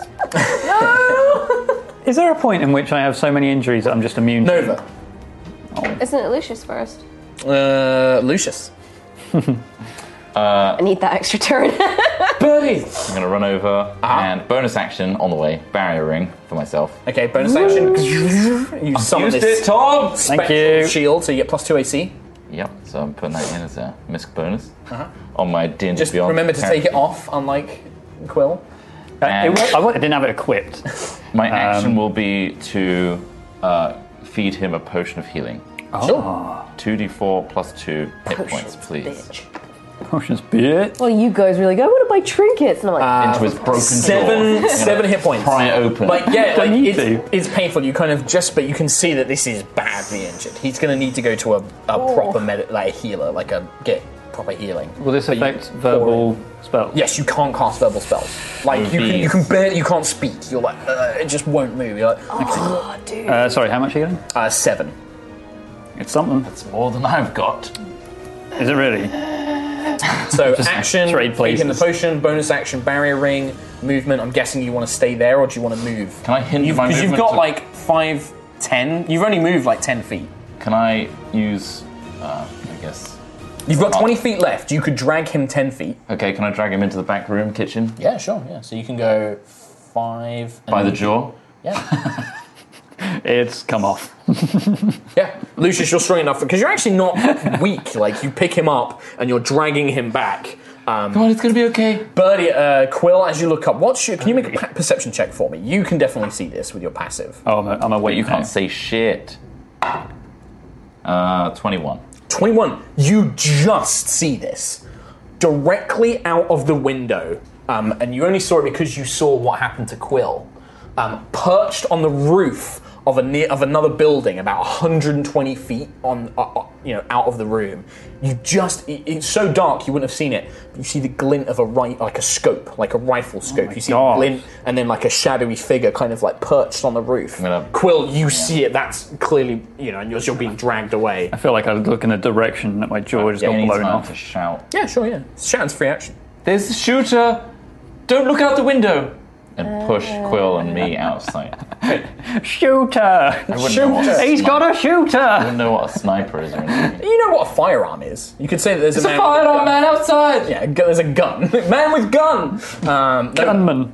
Speaker 10: Is there a point in which I have so many injuries that I'm just immune
Speaker 7: Nova.
Speaker 11: Isn't it Lucius first?
Speaker 7: Uh, Lucius.
Speaker 11: I need that extra turn.
Speaker 7: Birdie!
Speaker 1: I'm going to run over
Speaker 7: Uh-huh.
Speaker 1: and bonus action on the way. Barrier ring for myself.
Speaker 7: Okay, bonus action. You summon
Speaker 1: used
Speaker 7: this
Speaker 1: it, Tom.
Speaker 7: spectral
Speaker 1: Thank you.
Speaker 7: Shield, so you get plus two AC.
Speaker 1: Yep. So I'm putting that in as a misc bonus on my D&D
Speaker 7: Just
Speaker 1: Beyond.
Speaker 7: remember to take it off, unlike Quill.
Speaker 1: And-
Speaker 10: I wa- I didn't have it equipped.
Speaker 1: My action will be to uh, feed him a potion of healing.
Speaker 7: Oh.
Speaker 10: Sure.
Speaker 1: 2d4 plus 2 hit points, please.
Speaker 10: Potions, bitch.
Speaker 11: well, you guys really go, I want to buy trinkets. And I'm
Speaker 7: Um,
Speaker 11: like,
Speaker 1: Into his broken
Speaker 7: seven-
Speaker 1: jaw.
Speaker 7: seven hit points.
Speaker 1: Pry it open.
Speaker 7: Like yeah,
Speaker 1: Don't
Speaker 7: like,
Speaker 1: need
Speaker 7: it's, it's painful. You kind of just, but you can see that this is badly injured. He's going to need to go to a, a
Speaker 10: Oh.
Speaker 7: proper med- like a healer, like a get proper healing.
Speaker 10: Will this affect verbal spells?
Speaker 7: Yes, you can't cast verbal spells. Like you can, you can barely, you can't speak. You're like, uh, it just won't move. You're like, oh, dude.
Speaker 10: Uh, sorry, how much healing?
Speaker 7: Uh, seven.
Speaker 10: It's something.
Speaker 1: That's more than I've got.
Speaker 10: Is it really?
Speaker 7: So
Speaker 10: Just
Speaker 7: action,
Speaker 10: trade
Speaker 7: feed him the
Speaker 10: places.
Speaker 7: potion, bonus action, barrier ring, movement. I'm guessing you want to stay there, or do you want to move?
Speaker 1: Can I hint
Speaker 7: You've,
Speaker 1: my
Speaker 7: 'cause you've got
Speaker 1: movement to-
Speaker 7: like five, ten. You've only moved like ten feet.
Speaker 1: Can I use, uh, I guess.
Speaker 7: You've got 20 feet left. You could drag him 10 feet.
Speaker 1: Okay, can I drag him into the back room, kitchen?
Speaker 7: Yeah, sure. Yeah, so you can go five.
Speaker 1: By the
Speaker 7: and-
Speaker 1: jaw?
Speaker 10: It's come off.
Speaker 7: Yeah, Lucius, you're strong enough because you're actually not weak. Like you pick him up and you're dragging him back. Um,
Speaker 1: Come on, it's gonna be okay.
Speaker 7: Birdie, uh, Quill, as you look up, what's your? Can you make a pa- perception check for me? You can definitely see this with your passive.
Speaker 10: Oh, I'm, a, I'm awake
Speaker 1: But you
Speaker 10: now.
Speaker 1: can't say shit. Uh, 21.
Speaker 7: 21. You just see this directly out of the window, um, and you only saw it because you saw what happened to Quill. Um, perched on the roof of a near, of another building, about 120 feet on, uh, uh, you know, out of the room. You just it- it's so dark you wouldn't have seen it. But you see the glint of a right, like a scope, like a rifle scope. you see the
Speaker 10: God.
Speaker 7: glint, and then like a shadowy figure, kind of like perched on the roof. Quill, you see it. That's clearly you know, and you're, you're being dragged away.
Speaker 10: I feel like I look in a direction that my jaw just got blown off.
Speaker 1: shout.
Speaker 7: Yeah, sure, yeah. Shouting's free action.
Speaker 1: There's a shooter! Don't look out the window! And push
Speaker 11: Uh,
Speaker 1: Quill and me out of sight.
Speaker 10: Shooter!
Speaker 1: wouldn't know what
Speaker 10: Shooter!
Speaker 1: to
Speaker 10: He's
Speaker 1: snipe.
Speaker 10: got a
Speaker 1: I
Speaker 10: shooter!
Speaker 1: don't know what a sniper is or anything.
Speaker 7: You know what a firearm is. You could say that there's
Speaker 1: It's
Speaker 7: a
Speaker 1: a
Speaker 7: man.
Speaker 1: firearm
Speaker 7: with a gun.
Speaker 1: man outside.
Speaker 7: Yeah, gu- there's a gun. man with gun. Um, Gunman.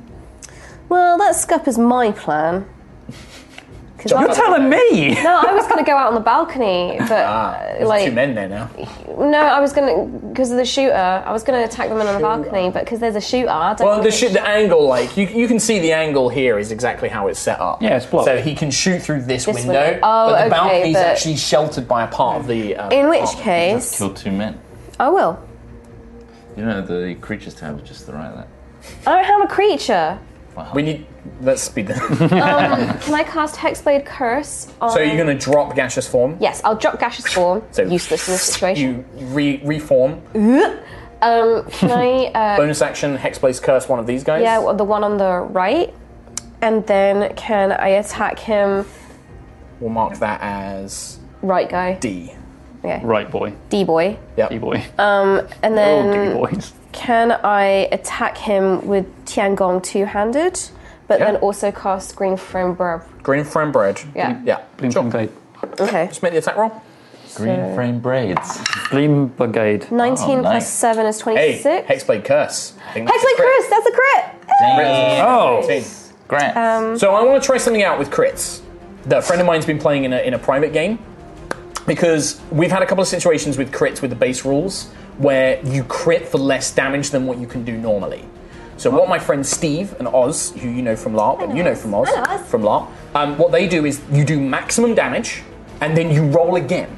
Speaker 11: well, that scup is my plan. 'cause
Speaker 10: You're
Speaker 11: I-
Speaker 10: telling me?
Speaker 11: No, I was going to go out on the balcony, but
Speaker 7: Ah,
Speaker 11: uh,
Speaker 7: there's
Speaker 11: like
Speaker 7: two men there now.
Speaker 11: no, I was going to because of the shooter. I was going to attack them on the balcony, but because there's a shooter, I don't
Speaker 7: Well, the,
Speaker 11: think
Speaker 7: sh- the angle, like you, you can see the angle here is exactly how it's set up.
Speaker 10: Yeah, it's blocked.
Speaker 7: So he can shoot through this,
Speaker 11: This
Speaker 7: window,
Speaker 11: window. Oh,
Speaker 7: but the
Speaker 11: okay,
Speaker 7: balcony's
Speaker 11: but-
Speaker 7: actually sheltered by a part of the. Um,
Speaker 11: In which
Speaker 7: apartment.
Speaker 11: case-
Speaker 1: Just killed two men.
Speaker 11: I will.
Speaker 1: You know, the creature's tail was just the right length.
Speaker 11: I don't have a creature.
Speaker 7: we need. Let's speed this.
Speaker 11: Um, can I cast Hexblade Curse? On...
Speaker 7: so you're going to drop gaseous form.
Speaker 11: Yes, I'll drop gaseous form.
Speaker 7: So
Speaker 11: useless in this situation.
Speaker 7: You re- reform.
Speaker 11: Um, can I? Uh,
Speaker 7: Bonus action, Hexblaze Curse, one of these guys.
Speaker 11: Yeah, well, the one on the right. And then can I attack him?
Speaker 7: We'll mark that as
Speaker 11: Right guy.
Speaker 7: D.
Speaker 11: Okay.
Speaker 10: Right boy.
Speaker 11: D boy.
Speaker 7: Yep.
Speaker 10: D boy.
Speaker 11: Um, and
Speaker 10: D
Speaker 11: then
Speaker 10: boys.
Speaker 7: Oh.
Speaker 11: can I attack him with Tiangong two handed, but
Speaker 7: Yeah.
Speaker 11: then also cast Green Frame Burb?
Speaker 7: Green frame bread.
Speaker 11: Yeah.
Speaker 7: Yeah.
Speaker 10: Sure. Brigade.
Speaker 11: Okay.
Speaker 7: Just make the attack roll.
Speaker 11: So-
Speaker 1: frame braids.
Speaker 10: Gleam Brigade.
Speaker 11: 19 plus 7 is 26.
Speaker 7: Oh, Hey, Hexblade Curse. I think that's a
Speaker 11: Hexblade
Speaker 7: crit.
Speaker 11: Curse, that's a crit!
Speaker 7: Oh, Grant.
Speaker 11: Um,
Speaker 7: so I want to try something out with crits. That a friend of mine's been playing in a, in a private game because we've had a couple of situations with crits with the base rules where you crit for less damage than what you can do normally. So what my friends Steve and Oz, who you know from LARP, and you know from Oz, from LARP, um, what they do is you do maximum damage and then you roll again.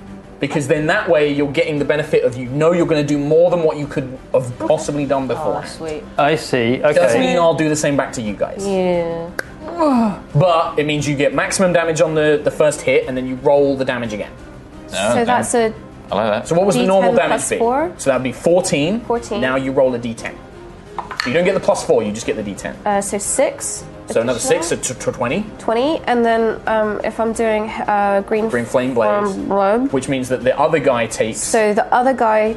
Speaker 7: Because then that way you're getting the benefit of you know you're going to do more than what you could have possibly done
Speaker 6: Oh,
Speaker 7: before.
Speaker 11: sweet.
Speaker 10: I see. Okay.
Speaker 7: Doesn't mean I'll do the same back to you guys.
Speaker 11: Yeah.
Speaker 7: But it means you get maximum damage on the, the first hit, and then you roll the damage again.
Speaker 11: so that's a.
Speaker 7: I like that. So what was the normal
Speaker 11: D10
Speaker 7: damage
Speaker 11: plus
Speaker 7: be?
Speaker 11: four?
Speaker 7: So that'd be 14.
Speaker 11: 14.
Speaker 7: Now you roll a d10. So you don't get the plus four, you just get the d10.
Speaker 11: Uh, so 6.
Speaker 7: So another
Speaker 11: additional.
Speaker 7: six, so t- t- 20.
Speaker 11: 20, and then um, if I'm doing uh, green,
Speaker 7: Green flame blaze.
Speaker 11: Um, blood.
Speaker 7: Which means that the other guy takes.
Speaker 11: So the other guy.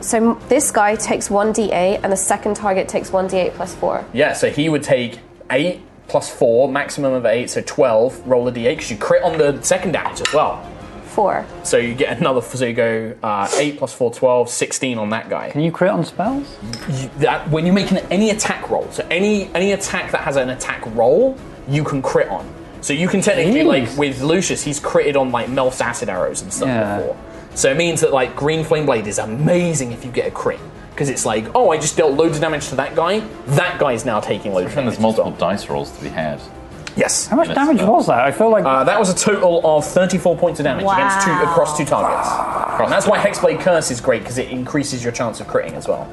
Speaker 11: So m- this guy takes 1d8, and the second target takes 1d8 plus 4.
Speaker 7: Yeah, so he would take eight plus four, maximum of eight, so 12. Roll a d8 because you crit on the second damage as well.
Speaker 11: 4.
Speaker 7: So you get another. So you go uh, eight plus four, 12, 16 on that guy.
Speaker 10: Can you crit on spells?
Speaker 7: you, that when you're making any attack roll, so any any attack that has an attack roll, you can crit on. So you can technically
Speaker 10: Jeez.
Speaker 7: like with Lucius, he's critted on like Melf's acid arrows and stuff
Speaker 10: Yeah.
Speaker 7: before. So it means that like Green Flame Blade is amazing if you get a crit. Because it's like, oh, I just dealt loads of damage to that guy. That guy is now taking loads of damage.
Speaker 1: There's multiple dice rolls to be had.
Speaker 7: Yes. How
Speaker 10: much damage was that? I feel like
Speaker 7: Uh, that was a total of 34 points of damage against two, across two targets. And that's why Hexblade Curse is great because it increases your chance of critting as well.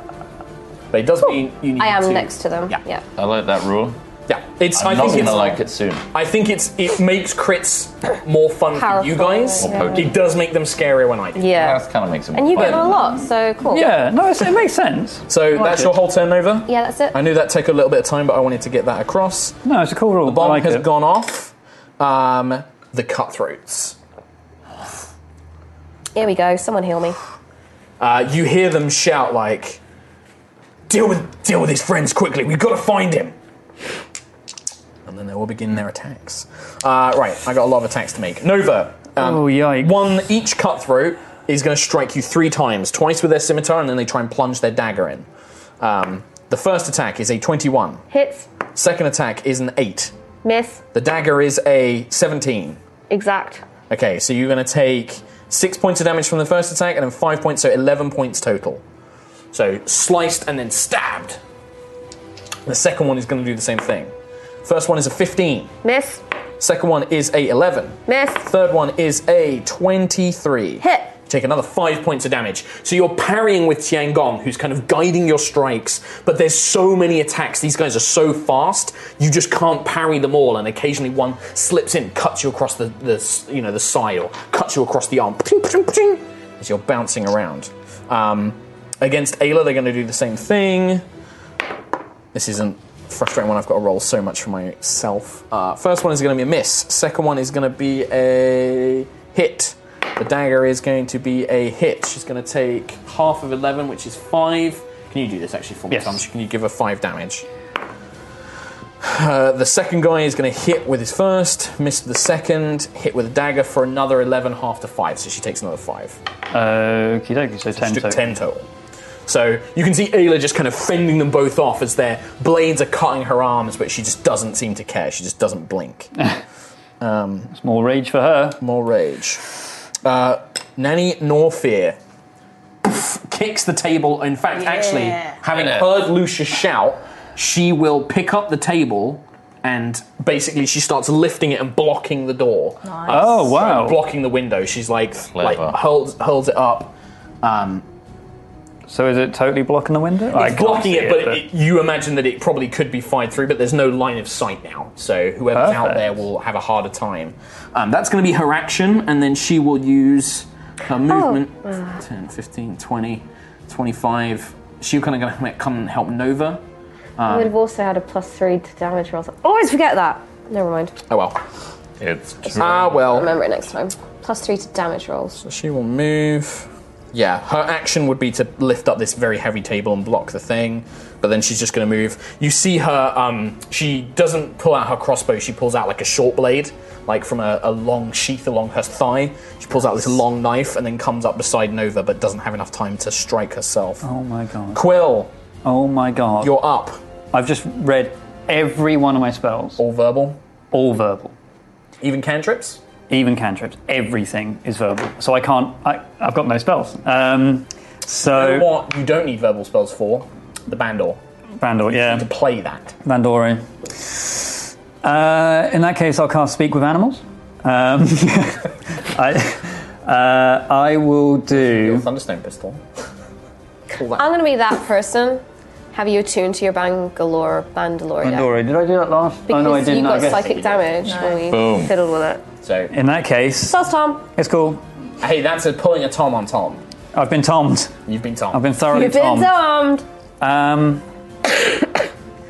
Speaker 7: But it does mean you need
Speaker 11: I am
Speaker 7: to-
Speaker 11: next to them. Yeah.
Speaker 1: I like that rule.
Speaker 7: Yeah, it's.
Speaker 1: I'm
Speaker 7: I
Speaker 1: not
Speaker 7: think it's
Speaker 1: gonna like it soon.
Speaker 7: I think it's. It makes crits more fun for you
Speaker 11: Powerful,
Speaker 7: guys.
Speaker 11: More yeah. potent.
Speaker 7: It does make them scarier when I do.
Speaker 11: Yeah.
Speaker 1: That kind of makes it.
Speaker 11: And you get them a lot, so cool.
Speaker 10: no, it makes sense.
Speaker 7: So that's your whole turn over.
Speaker 11: Yeah, that's it.
Speaker 7: I knew that took a little bit of time, but I wanted to get that across.
Speaker 10: No, it's a cool rule.
Speaker 7: The bomb
Speaker 10: I like
Speaker 7: has
Speaker 10: it.
Speaker 7: gone off. Um, the cutthroats.
Speaker 11: Here we go, someone heal me.
Speaker 7: Uh, you hear them shout like, "Deal with deal with his friends quickly. We've got to find him." And then they will begin their attacks. Uh, right, I got a lot of attacks to make. Nova. Um,
Speaker 10: oh yikes!
Speaker 7: One each cutthroat is going to strike you three times, twice with their scimitar, and then they try and plunge their dagger in. Um, the first attack is a twenty-one.
Speaker 11: Hits,
Speaker 7: Second attack is an eight.
Speaker 11: miss,
Speaker 7: The dagger is a seventeen.
Speaker 11: exact.
Speaker 7: Okay, so you're going to take six points of damage from the first attack, and then five points, so eleven points total. So sliced and then stabbed. The second one is going to do the same thing. First one is a 15.
Speaker 11: Miss,
Speaker 7: Second one is a 11.
Speaker 11: miss,
Speaker 7: Third one is a 23.
Speaker 11: Hit.
Speaker 7: Take another five points of damage. So you're parrying with Tiangong, who's kind of guiding your strikes, but there's so many attacks. These guys are so fast, you just can't parry them all. And occasionally one slips in, cuts you across the, the s- you know the side or cuts you across the arm. Pting, pting, pting, as you're bouncing around. Um, against Ayla, they're going to do the same thing. This isn't frustrating when I've got to roll so much for myself. Uh, first one is going to be a miss. Second one is going to be a hit. The dagger is going to be a hit. She's going to take half of 11, which is 5. Can you do this actually for me,
Speaker 10: Yes.
Speaker 7: Tom? Can you give her 5 damage? Uh, the second guy is going to hit with his first, miss the second, hit with a dagger for another 11, half to 5, so she takes another 5.
Speaker 10: Okie dokie. So
Speaker 7: Just
Speaker 10: ten
Speaker 7: took
Speaker 10: total.
Speaker 7: 10 total. So you can see Ayla just kind of fending them both off as their blades are cutting her arms, but she just doesn't seem to care. She just doesn't blink. Um, it's
Speaker 10: more rage for her.
Speaker 7: More rage. Uh, Nanny nor fear Poof, kicks the table. In fact, actually, having
Speaker 10: Yeah.
Speaker 7: heard Lucius shout, she will pick up the table and basically she starts lifting it and blocking the door.
Speaker 10: Nice. Oh, wow.
Speaker 7: And blocking the window. She's like, like
Speaker 10: Clever.
Speaker 7: holds holds it up. Um,
Speaker 10: So is it totally blocking the window? I
Speaker 7: it's
Speaker 10: can't
Speaker 7: blocking
Speaker 10: see
Speaker 7: it, but it, you imagine that it probably could be fired through, but there's no line of sight now. So whoever's out
Speaker 10: Perfect.
Speaker 7: there will have a harder time. Um, that's going to be her action, and then she will use her movement
Speaker 8: Oh.
Speaker 7: 10, 15, 20, 25. She's kind of going to come and help Nova.
Speaker 11: I
Speaker 10: Ah.
Speaker 7: Um,
Speaker 11: would have also had a plus three to damage rolls. Always forget that. Never mind.
Speaker 7: oh well. It's Ah, well.
Speaker 11: Remember it next time. Plus three to damage rolls.
Speaker 7: So she will move. Yeah, her action would be to lift up this very heavy table and block the thing, but then she's just going to move. You see her, um, she doesn't pull out her crossbow, she pulls out like a short blade, like from a, a long sheath along her thigh. She pulls out this long knife and then comes up beside Nova, but doesn't have enough time to strike herself.
Speaker 10: Oh my god.
Speaker 7: Quill.
Speaker 10: Oh my god.
Speaker 7: You're up.
Speaker 10: I've just read every one of my spells.
Speaker 7: All verbal?
Speaker 10: All verbal.
Speaker 7: Even cantrips?
Speaker 10: Even cantrips. Everything is verbal. So I can't. I, I've got no spells. Um, so.
Speaker 7: You know what you don't need verbal spells for? The Bandor.
Speaker 10: Vandal, yeah. To
Speaker 7: play that.
Speaker 10: Vandori. Uh, in that case, I'll cast Speak with Animals. Um, I, uh, I will do.
Speaker 7: Thunderstone pistol.
Speaker 11: I'm going to be that person. Have you attuned to your Bangalore Bandalore yet?
Speaker 10: Vandori. Did I do that last?
Speaker 11: Because
Speaker 10: oh, no, I
Speaker 11: you
Speaker 10: didn't. I
Speaker 11: got
Speaker 10: guess.
Speaker 11: psychic damage when we
Speaker 10: Boom.
Speaker 11: fiddled with it.
Speaker 7: So.
Speaker 10: In that case,
Speaker 11: Sauce Tom.
Speaker 10: it's cool.
Speaker 7: Hey, that's a pulling a Tom on Tom.
Speaker 10: I've been tommed.
Speaker 7: You've been tommed.
Speaker 10: I've been thoroughly
Speaker 11: You've been domed.
Speaker 10: Um,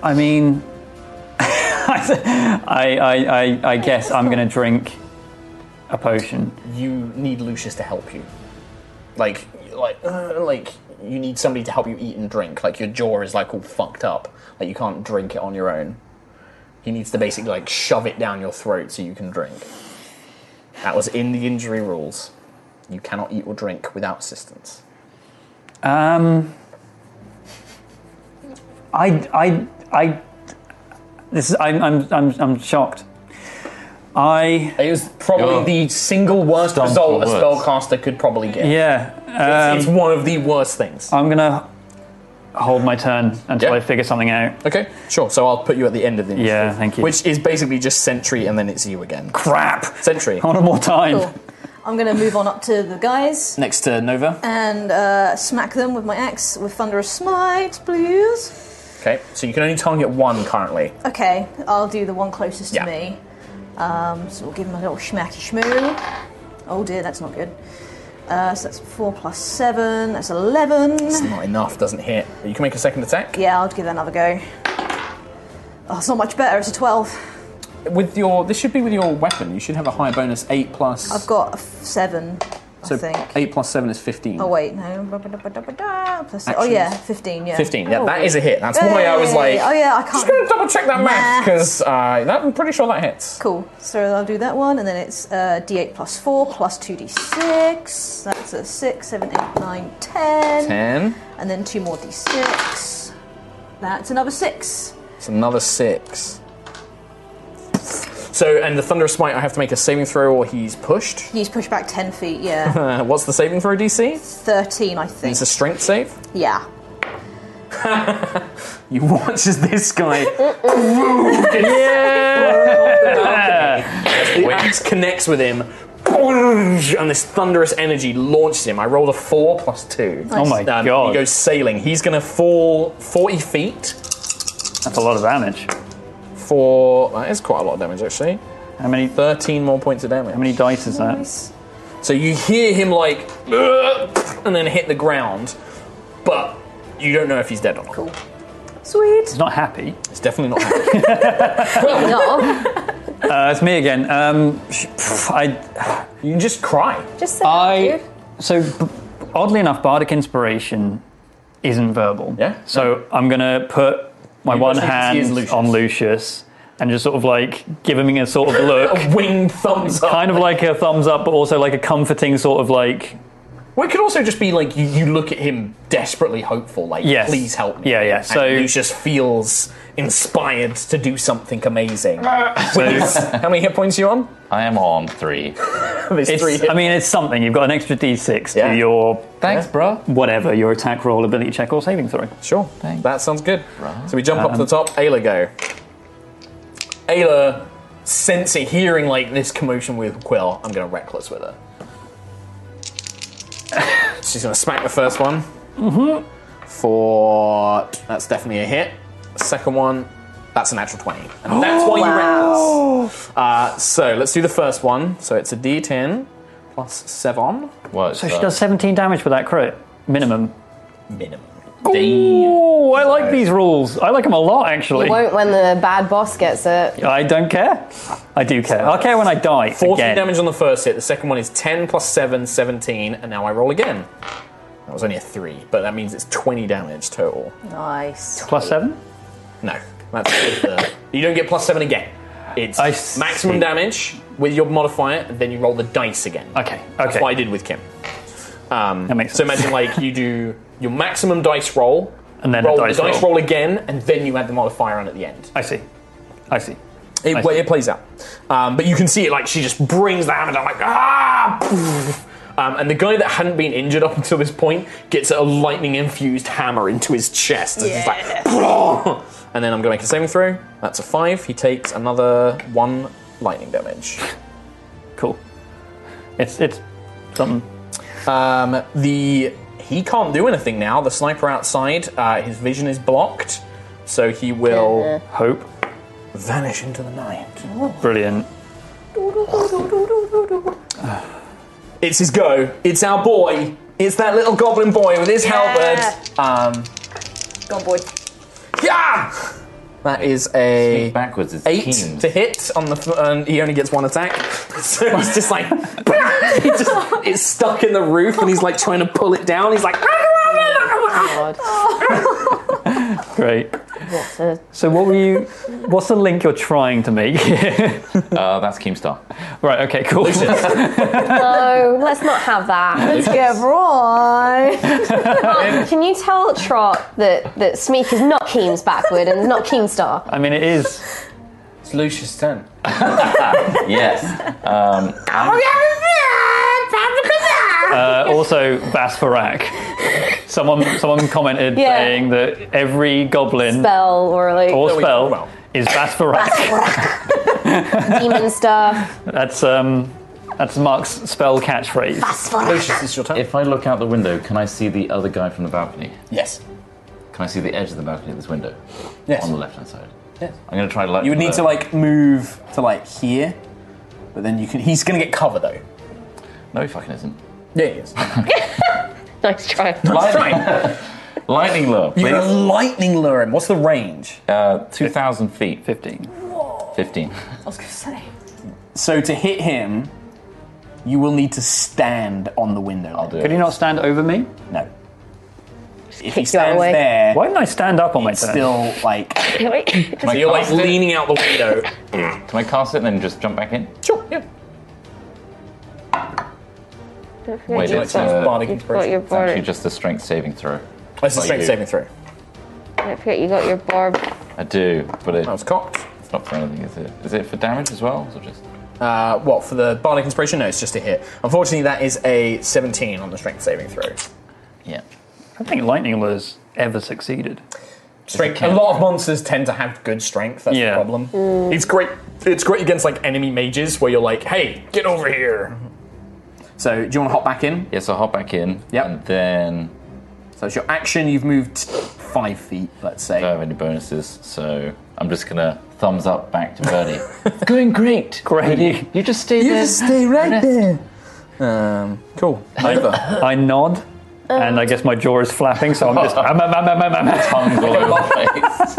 Speaker 10: I mean, I, I, I, I guess I'm going to drink a potion.
Speaker 7: you need Lucius to help you. Like, like, uh, like you need somebody to help you eat and drink. Like your jaw is like all fucked up. Like you can't drink it on your own. He needs to basically like shove it down your throat so you can drink. That was in the injury rules. You cannot eat or drink without assistance.
Speaker 10: Um, I, I, I, this is, I'm, I'm, I'm, I'm shocked. I.
Speaker 7: It was Probably the single worst
Speaker 10: Stump
Speaker 7: result a
Speaker 10: for words.
Speaker 7: spellcaster could probably get.
Speaker 10: Yeah. um, uh,
Speaker 7: It's- it's one of the worst things.
Speaker 10: I'm gonna hold my turn until I figure something out.
Speaker 7: Okay, sure. So I'll put you at the end of the initiative.
Speaker 10: Yeah, thank you.
Speaker 7: Which is basically just sentry and then it's you again.
Speaker 10: Crap!
Speaker 7: Sentry.
Speaker 10: I want more time.
Speaker 6: Cool. I'm going to move on up to the guys
Speaker 7: Next to Nova.
Speaker 6: and uh, smack them with my axe with thunderous smite, please.
Speaker 7: Okay, so you can only target one currently.
Speaker 6: Okay, I'll do the one closest
Speaker 7: Yeah.
Speaker 6: to me. Um, so we'll give him a little schmacky schmoo. Oh dear, that's not good. Uh, so that's four plus seven. That's eleven.
Speaker 7: It's not enough, doesn't hit. But you can make a second attack.
Speaker 6: Yeah, I'll give that another go. Oh, it's not much better. It's a twelve.
Speaker 7: With your, this should be with your weapon. You should have a high bonus, eight plus.
Speaker 6: I've got a f- seven.
Speaker 7: so
Speaker 6: I think.
Speaker 7: eight plus seven is fifteen.
Speaker 6: Oh wait, no. Plus, oh
Speaker 7: Actions.
Speaker 6: yeah, fifteen. Yeah, Oh,
Speaker 7: Fifteen. Yeah, that is a hit. That's why I was like,
Speaker 6: Hey, oh yeah, I can't. Just
Speaker 7: gonna double check that math because uh, that, I'm pretty sure that hits.
Speaker 6: Cool. So I'll do that one, and then it's uh, D8 plus four plus two D6. That's a six, seven, eight, nine, ten.
Speaker 7: Ten.
Speaker 6: And then two more D6. That's another six.
Speaker 7: It's another six. So, and the thunderous smite, I have to make a saving throw or he's pushed.
Speaker 6: He's pushed back ten feet. Yeah,
Speaker 7: What's the saving throw DC?
Speaker 6: thirteen, I think.
Speaker 7: It's a strength save.
Speaker 6: Yeah.
Speaker 7: You watch as this guy. yeah! As the axe connects with him, and this thunderous energy launches him. I rolled a four plus two. Um,
Speaker 10: Oh my God.
Speaker 7: He goes sailing. He's going to fall 40 feet
Speaker 10: That's a lot of damage.
Speaker 7: for. That is quite a lot of damage, actually.
Speaker 10: How many?
Speaker 7: 13 more points of damage. How
Speaker 10: many dice is that?
Speaker 7: So you hear him like. And then hit the ground, but you don't know if he's dead or not. Cool.
Speaker 6: Sweet.
Speaker 10: He's not happy.
Speaker 7: It's definitely not happy.
Speaker 10: Uh, it's me again. Um, sh- pff, I.
Speaker 7: You can just cry.
Speaker 11: Just
Speaker 10: say I. So, b- oddly enough, bardic inspiration isn't verbal. Yeah. So I'm gonna put my
Speaker 7: You
Speaker 10: one
Speaker 7: basically
Speaker 10: hand
Speaker 7: is Lucius.
Speaker 10: on Lucius and just sort of like giving him a sort of look,
Speaker 7: a wing thumbs up,
Speaker 10: kind of like a thumbs up, but also like a comforting sort of like
Speaker 7: Well, it could also just be like you, you look at him desperately hopeful, like,
Speaker 10: Yes.
Speaker 7: please help me.
Speaker 10: Yeah, yeah.
Speaker 7: And
Speaker 10: So-
Speaker 7: Lucius feels inspired to do something amazing.
Speaker 10: So-
Speaker 7: With his- how many hit points are you on?
Speaker 10: I am on three. it's,
Speaker 7: three hit-
Speaker 10: I mean, it's something. You've got an extra d6
Speaker 7: Yeah.
Speaker 10: to your.
Speaker 7: Thanks,
Speaker 10: bro. Whatever, your attack roll, ability check, or saving throw.
Speaker 7: Sure. Thanks. That sounds good. So we jump up to the
Speaker 10: Um,
Speaker 7: top. Ayla go. Ayla, sensing, hearing like this commotion with Quill, I'm going to reckless with her. She's going to smack the first one.
Speaker 10: Mm-hmm.
Speaker 7: for that's definitely a hit. Second one, that's a natural twenty, and that's why you
Speaker 10: Wow.
Speaker 7: reckless. Uh, so let's do the first one. So it's a D10 plus seven.
Speaker 1: What?
Speaker 10: So she does 17 damage with that crit, minimum.
Speaker 7: Minimum.
Speaker 10: Ooh, I like these rules. I like them a lot, actually.
Speaker 11: You won't when the bad boss gets it.
Speaker 10: I don't care. I do care. I care when I die.
Speaker 7: 14
Speaker 10: again.
Speaker 7: damage on the first hit. The second one is 10 plus 7, 17, and now I roll again. That was only a 3, but that means it's 20 damage total.
Speaker 6: Nice.
Speaker 10: Plus 7?
Speaker 7: No, that's with the, you don't get plus 7 again. It's maximum
Speaker 10: see.
Speaker 7: damage with your modifier, and then you roll the dice again.
Speaker 10: Okay,
Speaker 7: That's
Speaker 10: okay.
Speaker 7: what I did with Kim. Um,
Speaker 10: That makes
Speaker 7: So
Speaker 10: sense.
Speaker 7: imagine like you do your maximum dice roll,
Speaker 10: And then a
Speaker 7: roll
Speaker 10: dice
Speaker 7: the dice
Speaker 10: roll.
Speaker 7: roll. again, and then you add the modifier on at the end.
Speaker 10: I see. I see.
Speaker 7: It,
Speaker 10: I
Speaker 7: well,
Speaker 10: see.
Speaker 7: it plays out, um, but you can see it like she just brings the hammer down, like ah. poof. Um, and the guy that hadn't been injured up until this point gets a lightning infused hammer into his chest. And, he's like, "Poof." and then I'm going to make a saving throw. That's a five. He takes another one lightning damage.
Speaker 10: Cool. It's it's something.
Speaker 7: Um, the he can't do anything now. The sniper outside, uh, his vision is blocked, so he will
Speaker 10: hope
Speaker 7: vanish into the night.
Speaker 10: Brilliant.
Speaker 7: It's his go. It's our boy. It's that little goblin boy with his
Speaker 6: Yeah.
Speaker 7: halberd. Um,
Speaker 6: Go on, boy.
Speaker 7: Yeah! That is a
Speaker 1: backwards. It's
Speaker 7: eight
Speaker 1: keen.
Speaker 7: to hit on the. F- and he only gets one attack, so he's just like, he just, it's stuck in the roof, and he's like trying to pull it down. He's like,
Speaker 11: Oh,
Speaker 10: Great. So what were you? What's the link you're trying to make?
Speaker 1: uh, that's Keemstar.
Speaker 10: Right. Okay. Cool.
Speaker 11: no, let's not have that.
Speaker 1: Let's
Speaker 11: get right. Can you tell Trot that, that Smeek is not Keem's backward and is not Keemstar?
Speaker 10: I mean, it is.
Speaker 7: It's Lucius' turn.
Speaker 1: yes. Um,
Speaker 10: Uh, also, Basfarak. Someone someone commented
Speaker 11: Yeah.
Speaker 10: saying that every goblin
Speaker 11: Spell or like
Speaker 10: or spell is Basfarak.
Speaker 11: demon stuff.
Speaker 10: That's um, that's Mark's spell catchphrase.
Speaker 7: Lucius, it's your turn.
Speaker 1: If I look out the window, can I see the other guy from the balcony?
Speaker 7: Yes.
Speaker 1: Can I see the edge of the balcony of this window?
Speaker 7: Yes.
Speaker 1: On the left hand side.
Speaker 7: Yes.
Speaker 1: I'm going to try to like.
Speaker 7: You would need to like move to like here, but then you can. He's gonna get cover though.
Speaker 1: No, he fucking isn't.
Speaker 7: Yeah, he is.
Speaker 11: nice try.
Speaker 1: Lightning lure.
Speaker 7: You
Speaker 1: please.
Speaker 7: lightning lure him. What's the range?
Speaker 1: Uh, 2,000 feet.
Speaker 10: 15.
Speaker 1: 15.
Speaker 6: I was going to say.
Speaker 7: So to hit him, you will need to stand on the window. I'll do
Speaker 10: Could he not stand over me?
Speaker 7: No. If he stands there,
Speaker 10: Why didn't I stand up on my
Speaker 7: it's
Speaker 10: turn?
Speaker 7: still like
Speaker 1: Can I
Speaker 7: you're like
Speaker 1: cast it?
Speaker 7: leaning out the window.
Speaker 1: Can I cast it and then just jump back in?
Speaker 7: Sure. Yeah.
Speaker 1: Wait,
Speaker 7: you like
Speaker 1: it's,
Speaker 7: to use
Speaker 1: uh,
Speaker 7: bardic
Speaker 1: it's
Speaker 7: inspiration?
Speaker 11: your bardic-
Speaker 1: actually just a strength saving throw.
Speaker 7: That's a
Speaker 1: Like
Speaker 7: strength
Speaker 1: you.
Speaker 7: saving throw.
Speaker 11: Don't forget you got your barb.
Speaker 1: I do, but it,
Speaker 7: That was cocked.
Speaker 1: it's not for anything, is it? Is it for damage as well? Or just
Speaker 7: Uh, what for the bardic inspiration? No, it's just a hit. Unfortunately, that is a 17 on the strength saving throw.
Speaker 1: Yeah.
Speaker 10: I don't think lightning lure's ever succeeded.
Speaker 7: Strength. A lot of monsters tend to have good strength. That's
Speaker 10: Yeah.
Speaker 7: the problem. It's great. It's great against like enemy mages where you're like, hey, get over here. So do you want to hop back in?
Speaker 1: Yes, I'll hop back in. Yep. And then.
Speaker 7: So it's your action. You've moved five feet, let's say.
Speaker 1: I don't have any bonuses, so I'm just gonna thumbs up back to Birdie. It's going great.
Speaker 10: Great.
Speaker 1: You, you just stay there.
Speaker 7: right there. Um, cool. Over.
Speaker 10: I nod, and I guess my jaw is flapping, so I'm just. um, um, um, um, um, um.
Speaker 1: Tongues all over the place.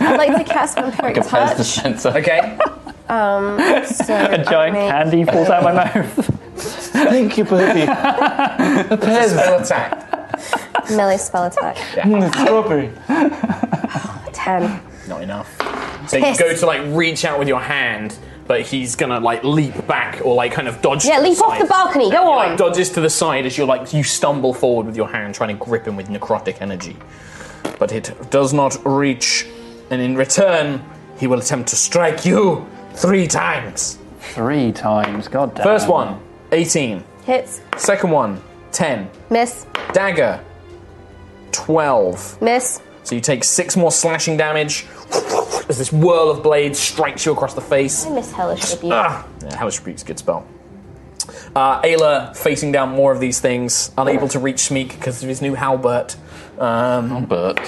Speaker 11: I'd like to cast Vampiric
Speaker 1: Like a Pez
Speaker 11: Touch.
Speaker 1: dispenser.
Speaker 7: Okay.
Speaker 11: Um, so
Speaker 10: A giant candy falls out of my mouth.
Speaker 1: Thank you, Birdie.
Speaker 7: There's spell attack.
Speaker 11: melee spell attack. Oh,
Speaker 1: Strawberry.
Speaker 11: Ten.
Speaker 7: Not enough. So you go to like reach out with your hand, but he's gonna like leap back or like kind of dodge.
Speaker 11: Yeah,
Speaker 7: to
Speaker 11: leap off
Speaker 7: side.
Speaker 11: the balcony, go
Speaker 7: And he,
Speaker 11: on.
Speaker 7: like, dodges to the side as you're like you stumble forward with your hand trying to grip him with necrotic energy, but it does not reach, and in return he will attempt to strike you three times.
Speaker 10: Three times, god damn.
Speaker 7: First one, 18.
Speaker 11: Hits.
Speaker 7: Second one, 10.
Speaker 11: Miss.
Speaker 7: Dagger, 12.
Speaker 11: Miss.
Speaker 7: So you take six more slashing damage as this whirl of blades strikes you across the face.
Speaker 11: I miss Hellish Rebuke.
Speaker 7: Ah, yeah, Hellish Rebuke's a good spell. Uh, Ayla facing down more of these things, unable to reach Smeek because of his new halbert. Um, halbert.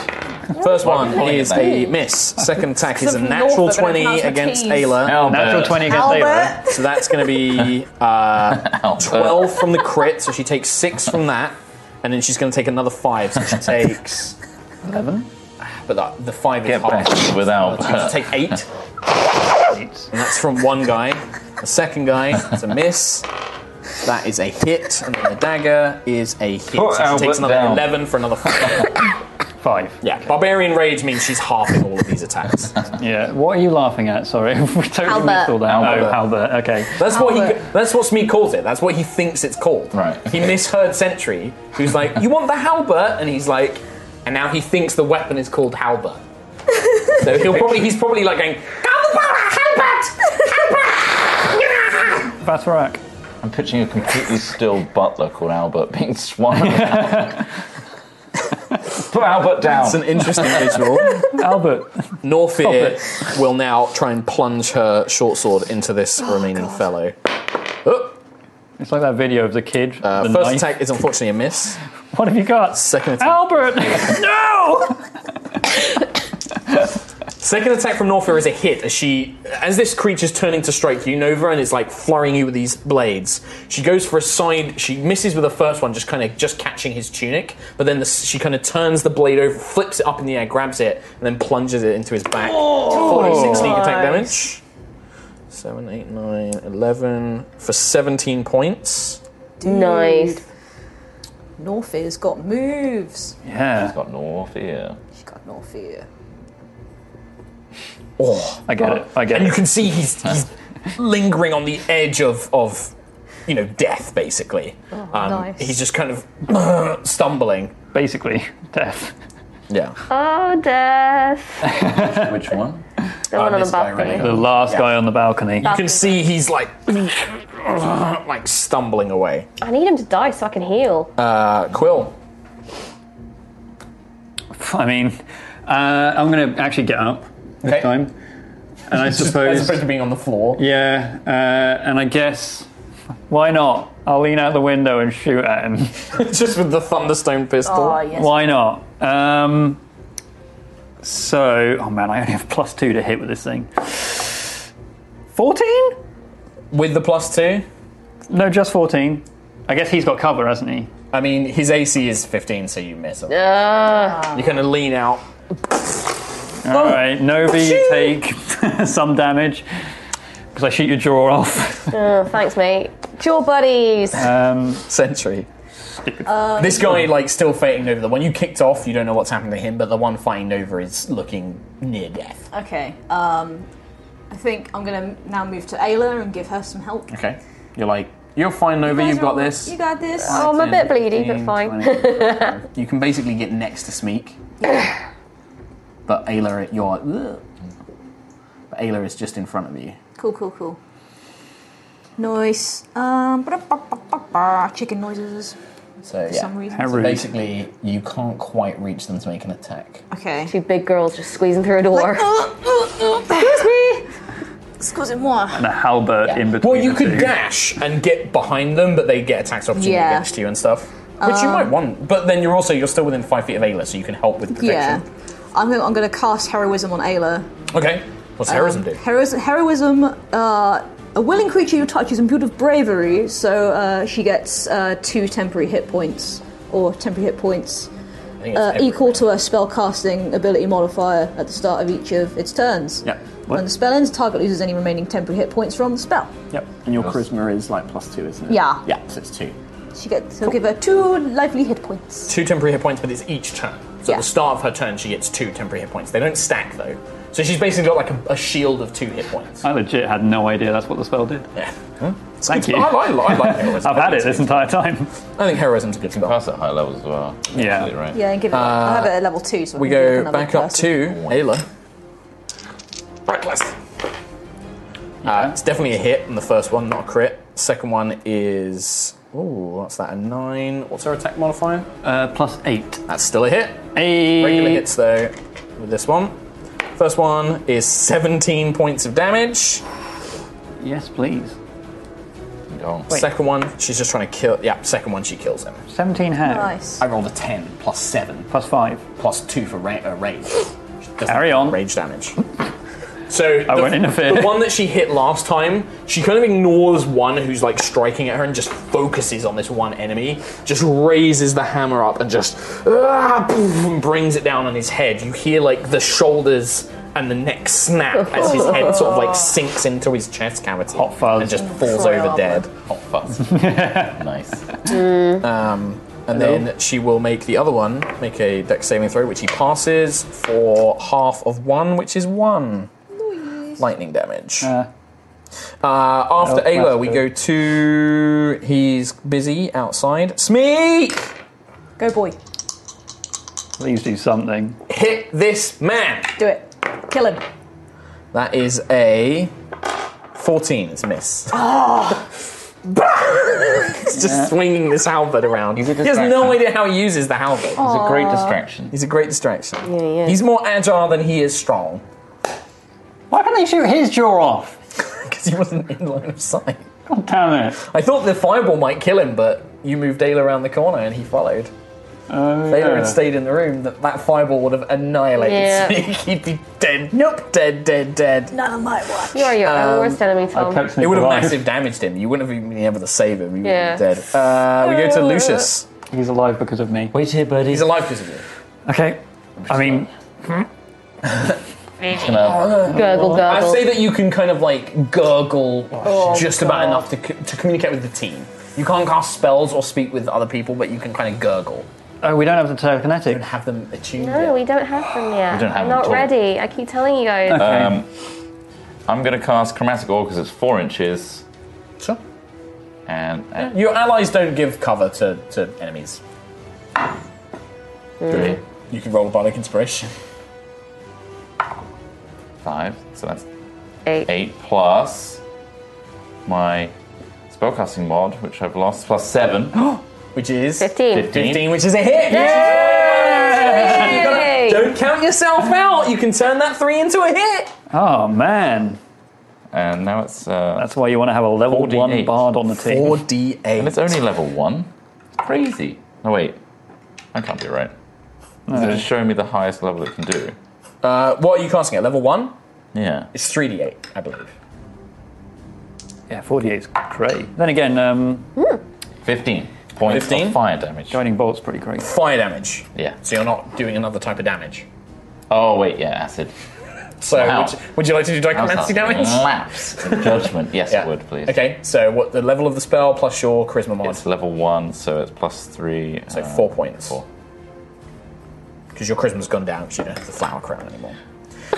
Speaker 7: First one
Speaker 10: Why are we
Speaker 7: is
Speaker 10: calling it
Speaker 7: a
Speaker 10: that?
Speaker 7: miss. Second attack is a
Speaker 10: Some
Speaker 7: natural
Speaker 10: North are gonna
Speaker 7: 20
Speaker 10: pronounce the
Speaker 7: against
Speaker 10: T's.
Speaker 7: Ayla.
Speaker 10: Albert.
Speaker 7: Uh,
Speaker 10: Natural 20 against Albert. Ayla.
Speaker 7: So that's going to be uh, 12 from the crit, so she takes 6 from that, and then she's going to take another 5, so she takes. 11? But that, the 5 is
Speaker 1: Get
Speaker 7: half.
Speaker 1: back with Albert.
Speaker 7: So you take 8. And that's from one guy. The second guy is a miss. That is a hit, and then the dagger is a hit.
Speaker 1: Put
Speaker 7: so she
Speaker 1: Albert
Speaker 7: takes another
Speaker 1: down.
Speaker 7: 11 for another 5.
Speaker 10: Five.
Speaker 7: Yeah, Barbarian Rage means she's halving all of these attacks.
Speaker 10: Yeah. What are you laughing at? Sorry, we totally
Speaker 7: Albert.
Speaker 10: missed all that.
Speaker 7: Albert.
Speaker 10: Oh, Albert. Okay.
Speaker 7: That's what he. That's what Smee calls it. That's what he thinks it's called. Right. He misheard Sentry, who's like, "You want the halberd?" And he's like, and now he thinks the weapon is called halberd. so he'll probably he's probably like going,
Speaker 10: Vathrak.
Speaker 1: I'm picturing a completely still butler called Albert being swung. around. Put Albert down.
Speaker 7: It's an interesting visual.
Speaker 10: Albert.
Speaker 7: Norfear will now try and plunge her short sword into this remaining fellow. Oh.
Speaker 10: It's like that video of the kid.
Speaker 7: Uh,
Speaker 10: the
Speaker 7: first
Speaker 10: knife.
Speaker 7: attack is unfortunately a miss.
Speaker 10: What have you got?
Speaker 7: Second attack.
Speaker 10: Albert. no.
Speaker 7: Second attack from Norfair is a hit as she, as this creature's turning to strike you, Nova, and is like flurrying you with these blades. She goes for a side. She misses with the first one, just kind of just catching his tunic. But then the, she kind of turns the blade over, flips it up in the air, grabs it, and then plunges it into his back.
Speaker 13: Oh,
Speaker 7: 46 sneak attack
Speaker 13: nice.
Speaker 7: damage. 7, 8, 9, 11 for 17 points.
Speaker 6: Nice. Norfear's got moves.
Speaker 10: Yeah.
Speaker 1: She's got Norfear.
Speaker 6: She's got Norfear.
Speaker 7: Oh,
Speaker 10: I get it. I get
Speaker 7: and
Speaker 10: it.
Speaker 7: you can see he's, he's lingering on the edge of, of you know, death, basically. Um,
Speaker 10: Oh,
Speaker 6: nice.
Speaker 7: He's just kind of stumbling.
Speaker 10: Basically, death.
Speaker 7: Yeah.
Speaker 11: Oh, death.
Speaker 1: Which one?
Speaker 11: The
Speaker 7: Ah,
Speaker 11: one on the balcony.
Speaker 10: The last
Speaker 7: Oh, Yeah.
Speaker 10: guy on the balcony.
Speaker 7: You can see he's like, like stumbling away.
Speaker 11: I need him to die so I can heal.
Speaker 7: Uh, Quill.
Speaker 10: I mean, uh, I'm going to actually get up this time. And I
Speaker 7: As
Speaker 10: suppose.
Speaker 7: opposed to being on the floor.
Speaker 10: Yeah, uh, and I guess. Why not? I'll lean out the window and shoot at him.
Speaker 7: Just with the Thunderstone pistol. Oh, yes.
Speaker 10: Why not? Um, so. Oh man, I only have plus two to hit with this thing. 14?
Speaker 7: With the plus two?
Speaker 10: No, just 14. I guess he's got cover, hasn't he?
Speaker 7: I mean, his AC is 15, so you miss him.
Speaker 11: Ah.
Speaker 7: You kind of lean out. Oh,
Speaker 10: Alright, Novi, you take some damage. Because I shoot your jaw off.
Speaker 11: Oh, thanks, mate. Jaw buddies.
Speaker 7: Uh,
Speaker 10: Um,
Speaker 7: Sentry. this guy, like, still fighting Nova. The one you kicked off, you don't know what's happened to him, but the one fighting Nova is looking near death.
Speaker 6: Okay. Um, I think I'm gonna now move to Ayla and give her some help.
Speaker 7: Okay. You're like, you're fine, Nova,
Speaker 6: guys
Speaker 7: you've got
Speaker 6: are-
Speaker 7: this.
Speaker 6: You got this.
Speaker 11: Oh, I'm a bit bleedy, but fine.
Speaker 7: You can basically get next to Smeek. but Ayla, at your. But Ayla is just in front of you.
Speaker 6: Cool, cool, cool. Noise. Um, ba-da-ba-ba-ba-ba. chicken noises.
Speaker 7: So,
Speaker 6: For
Speaker 7: yeah.
Speaker 6: some reason. How
Speaker 7: So
Speaker 6: rude.
Speaker 7: basically, you can't quite reach them to make an attack.
Speaker 6: Okay. uh,
Speaker 11: Two big girls just squeezing through a door.
Speaker 7: oh.
Speaker 6: Excuse me. Excusez-moi.
Speaker 10: And a halberd in between.
Speaker 7: Well, you
Speaker 10: the
Speaker 7: could
Speaker 10: two.
Speaker 7: dash and get behind them, but they get attacks opportunity
Speaker 6: Yeah.
Speaker 7: against you and stuff. Which you
Speaker 6: Um,
Speaker 7: might want, but then you're also you're still within five feet of Ayla, so you can help with
Speaker 6: Yeah.
Speaker 7: protection.
Speaker 6: I'm gonna, I'm gonna cast heroism on Ayla.
Speaker 7: Okay,
Speaker 11: Um,
Speaker 7: what's heroism do?
Speaker 6: Heroism. heroism uh, a willing creature you touch is imbued with bravery, so uh, she gets uh, two temporary hit points or temporary hit points
Speaker 7: think it's
Speaker 6: uh,
Speaker 7: every
Speaker 6: equal to her spell casting ability modifier at the start of each of its turns.
Speaker 14: Yep.
Speaker 6: When the spell ends, the target loses any remaining temporary hit points from the spell.
Speaker 14: Yep. And your charisma is like plus two, isn't it?
Speaker 6: Yeah.
Speaker 14: Yeah, so it's two.
Speaker 6: She gets. He'll give her two lively hit points.
Speaker 7: Two temporary hit points, but it's each turn. So
Speaker 6: Yeah.
Speaker 7: at the start of her turn, she gets two temporary hit points. They don't stack though, So she's basically got like a, a shield of two hit points.
Speaker 10: I legit had no idea that's what the spell did.
Speaker 7: Yeah. it's-
Speaker 10: Thank you.
Speaker 7: I like- I like heroism.
Speaker 10: I've had it this entire time.
Speaker 7: I think heroism's a good spell.
Speaker 1: Pass at high levels as well.
Speaker 10: Yeah.
Speaker 1: Right.
Speaker 6: Yeah, and give it. I have it at level two, so I
Speaker 7: We
Speaker 6: can give it
Speaker 7: go
Speaker 6: another
Speaker 7: back up to Ayla. Reckless. Uh, it's definitely a hit on the first one, not a crit. Second one is. Ooh, what's that? A nine. What's her attack modifier?
Speaker 10: Uh, plus eight. Eh,
Speaker 7: That's still a hit.
Speaker 10: Eight.
Speaker 7: Regular hits though with this one. First one is 17 points of damage.
Speaker 10: Yes, please. Wait.
Speaker 7: Second one, she's just trying to kill. Yeah, second one she kills him.
Speaker 10: 17 how?
Speaker 7: I rolled a 10 plus 7.
Speaker 10: Plus 5.
Speaker 7: Plus 2 for ra- uh, rage.
Speaker 10: Carry on.
Speaker 7: Rage damage. So
Speaker 10: I
Speaker 7: the,
Speaker 10: won't interfere.
Speaker 7: the one that she hit last time, she kind of ignores one who's like striking at her and just focuses on this one enemy. Just raises the hammer up and just ah, poof, and brings it down on his head. You hear like the shoulders and the neck snap as his head sort of like sinks into his chest cavity Hot fuzz. and just falls
Speaker 1: Sorry,
Speaker 7: over
Speaker 1: Arthur.
Speaker 7: dead. Hot fuzz. nice. Um, and
Speaker 10: Hello?
Speaker 7: then she will make the other one make a deck saving throw, which he passes for half of one, which is one lightning damage. Uh, after
Speaker 10: Nope,
Speaker 7: Ayla,
Speaker 10: that's
Speaker 7: we
Speaker 10: good.
Speaker 7: go to. He's busy outside. Smee!
Speaker 6: Go, boy.
Speaker 10: Please do something.
Speaker 7: Hit this man!
Speaker 6: Do it. Kill him.
Speaker 7: That is a 14. It's a miss.
Speaker 11: Ah!
Speaker 6: Oh,
Speaker 7: He's just swinging this halberd around. He has
Speaker 6: distraction.
Speaker 7: no idea how he uses the halberd. He's
Speaker 6: a great Aw. distraction.
Speaker 7: He's a great distraction. He's more agile than he is strong.
Speaker 10: Why can't they shoot his jaw off?
Speaker 7: Because he wasn't in line of sight.
Speaker 10: God damn it.
Speaker 7: I thought the fireball might kill him, but you moved Ayla around the corner and he followed.
Speaker 10: Oh,
Speaker 7: If Ayla
Speaker 10: yeah.
Speaker 7: had stayed in the room, that, that fireball would have annihilated
Speaker 11: Yeah.
Speaker 7: Sneak. He'd be dead. Nope, dead, dead, dead.
Speaker 6: None of my watch.
Speaker 11: You are your
Speaker 7: Um,
Speaker 11: worst enemy, Tom.
Speaker 7: It would have massive damaged him. You wouldn't have even been able to save him. He
Speaker 11: Yeah.
Speaker 7: would have been dead. Uh, we go to Lucius.
Speaker 10: He's alive because of me. Wait here, buddy.
Speaker 7: He's alive because of you.
Speaker 10: Okay. I mean,
Speaker 11: Gurgle, gurgle.
Speaker 7: I say that you can kind of like gurgle
Speaker 11: Oh,
Speaker 7: just about enough to, co- to communicate with the team. You can't cast spells or speak with other people, but you can kind of gurgle.
Speaker 10: oh, we don't have the telekinetic. We don't
Speaker 7: have them attuned.
Speaker 11: No, we don't have them yet.
Speaker 1: We don't have
Speaker 11: I'm
Speaker 1: them
Speaker 11: not
Speaker 1: at all.
Speaker 11: ready. I keep telling you guys.
Speaker 1: Um, I'm going to cast Chromatic Orb because it's four inches.
Speaker 7: Sure.
Speaker 1: And, and
Speaker 7: Your allies don't give cover to, to enemies.
Speaker 11: Hmm.
Speaker 1: Brilliant.
Speaker 7: You can roll a bardic inspiration.
Speaker 1: five, so that's
Speaker 11: eight.
Speaker 1: plus my spellcasting mod, which I've lost, plus seven,
Speaker 7: which is
Speaker 11: 15.
Speaker 1: 15.
Speaker 7: which is a hit.
Speaker 11: Yay!
Speaker 7: You gotta- don't count yourself out. You can turn that three into a hit.
Speaker 10: oh, man.
Speaker 1: And now it's. Uh,
Speaker 10: That's why you want to have a level 1 bard on the team.
Speaker 7: 4d8.
Speaker 1: and it's only level one. Crazy. No wait, that can't be right. Is it just showing me the highest level it can do?
Speaker 7: Uh, what are you casting at? Level one?
Speaker 1: Yeah.
Speaker 7: It's 3d8, I believe.
Speaker 10: Yeah, 48 is great. Then again, um,
Speaker 1: 15 points
Speaker 7: 15?
Speaker 1: of fire damage.
Speaker 10: Guiding Bolt's pretty great.
Speaker 7: Fire damage.
Speaker 1: Yeah.
Speaker 7: So you're not doing another type of damage.
Speaker 1: Oh wait, yeah, acid.
Speaker 7: So
Speaker 1: Wow.
Speaker 7: would, you, would you like to do
Speaker 1: How's
Speaker 7: dichomancy
Speaker 1: that?
Speaker 7: damage?
Speaker 1: Lapse in judgment. Yes,
Speaker 7: Yeah.
Speaker 1: it would please.
Speaker 7: Okay, so what the level of the spell plus your charisma mod?
Speaker 1: It's uh, level one, so it's plus three.
Speaker 7: So four points. Because your charisma's gone down because you don't have the flower crown anymore.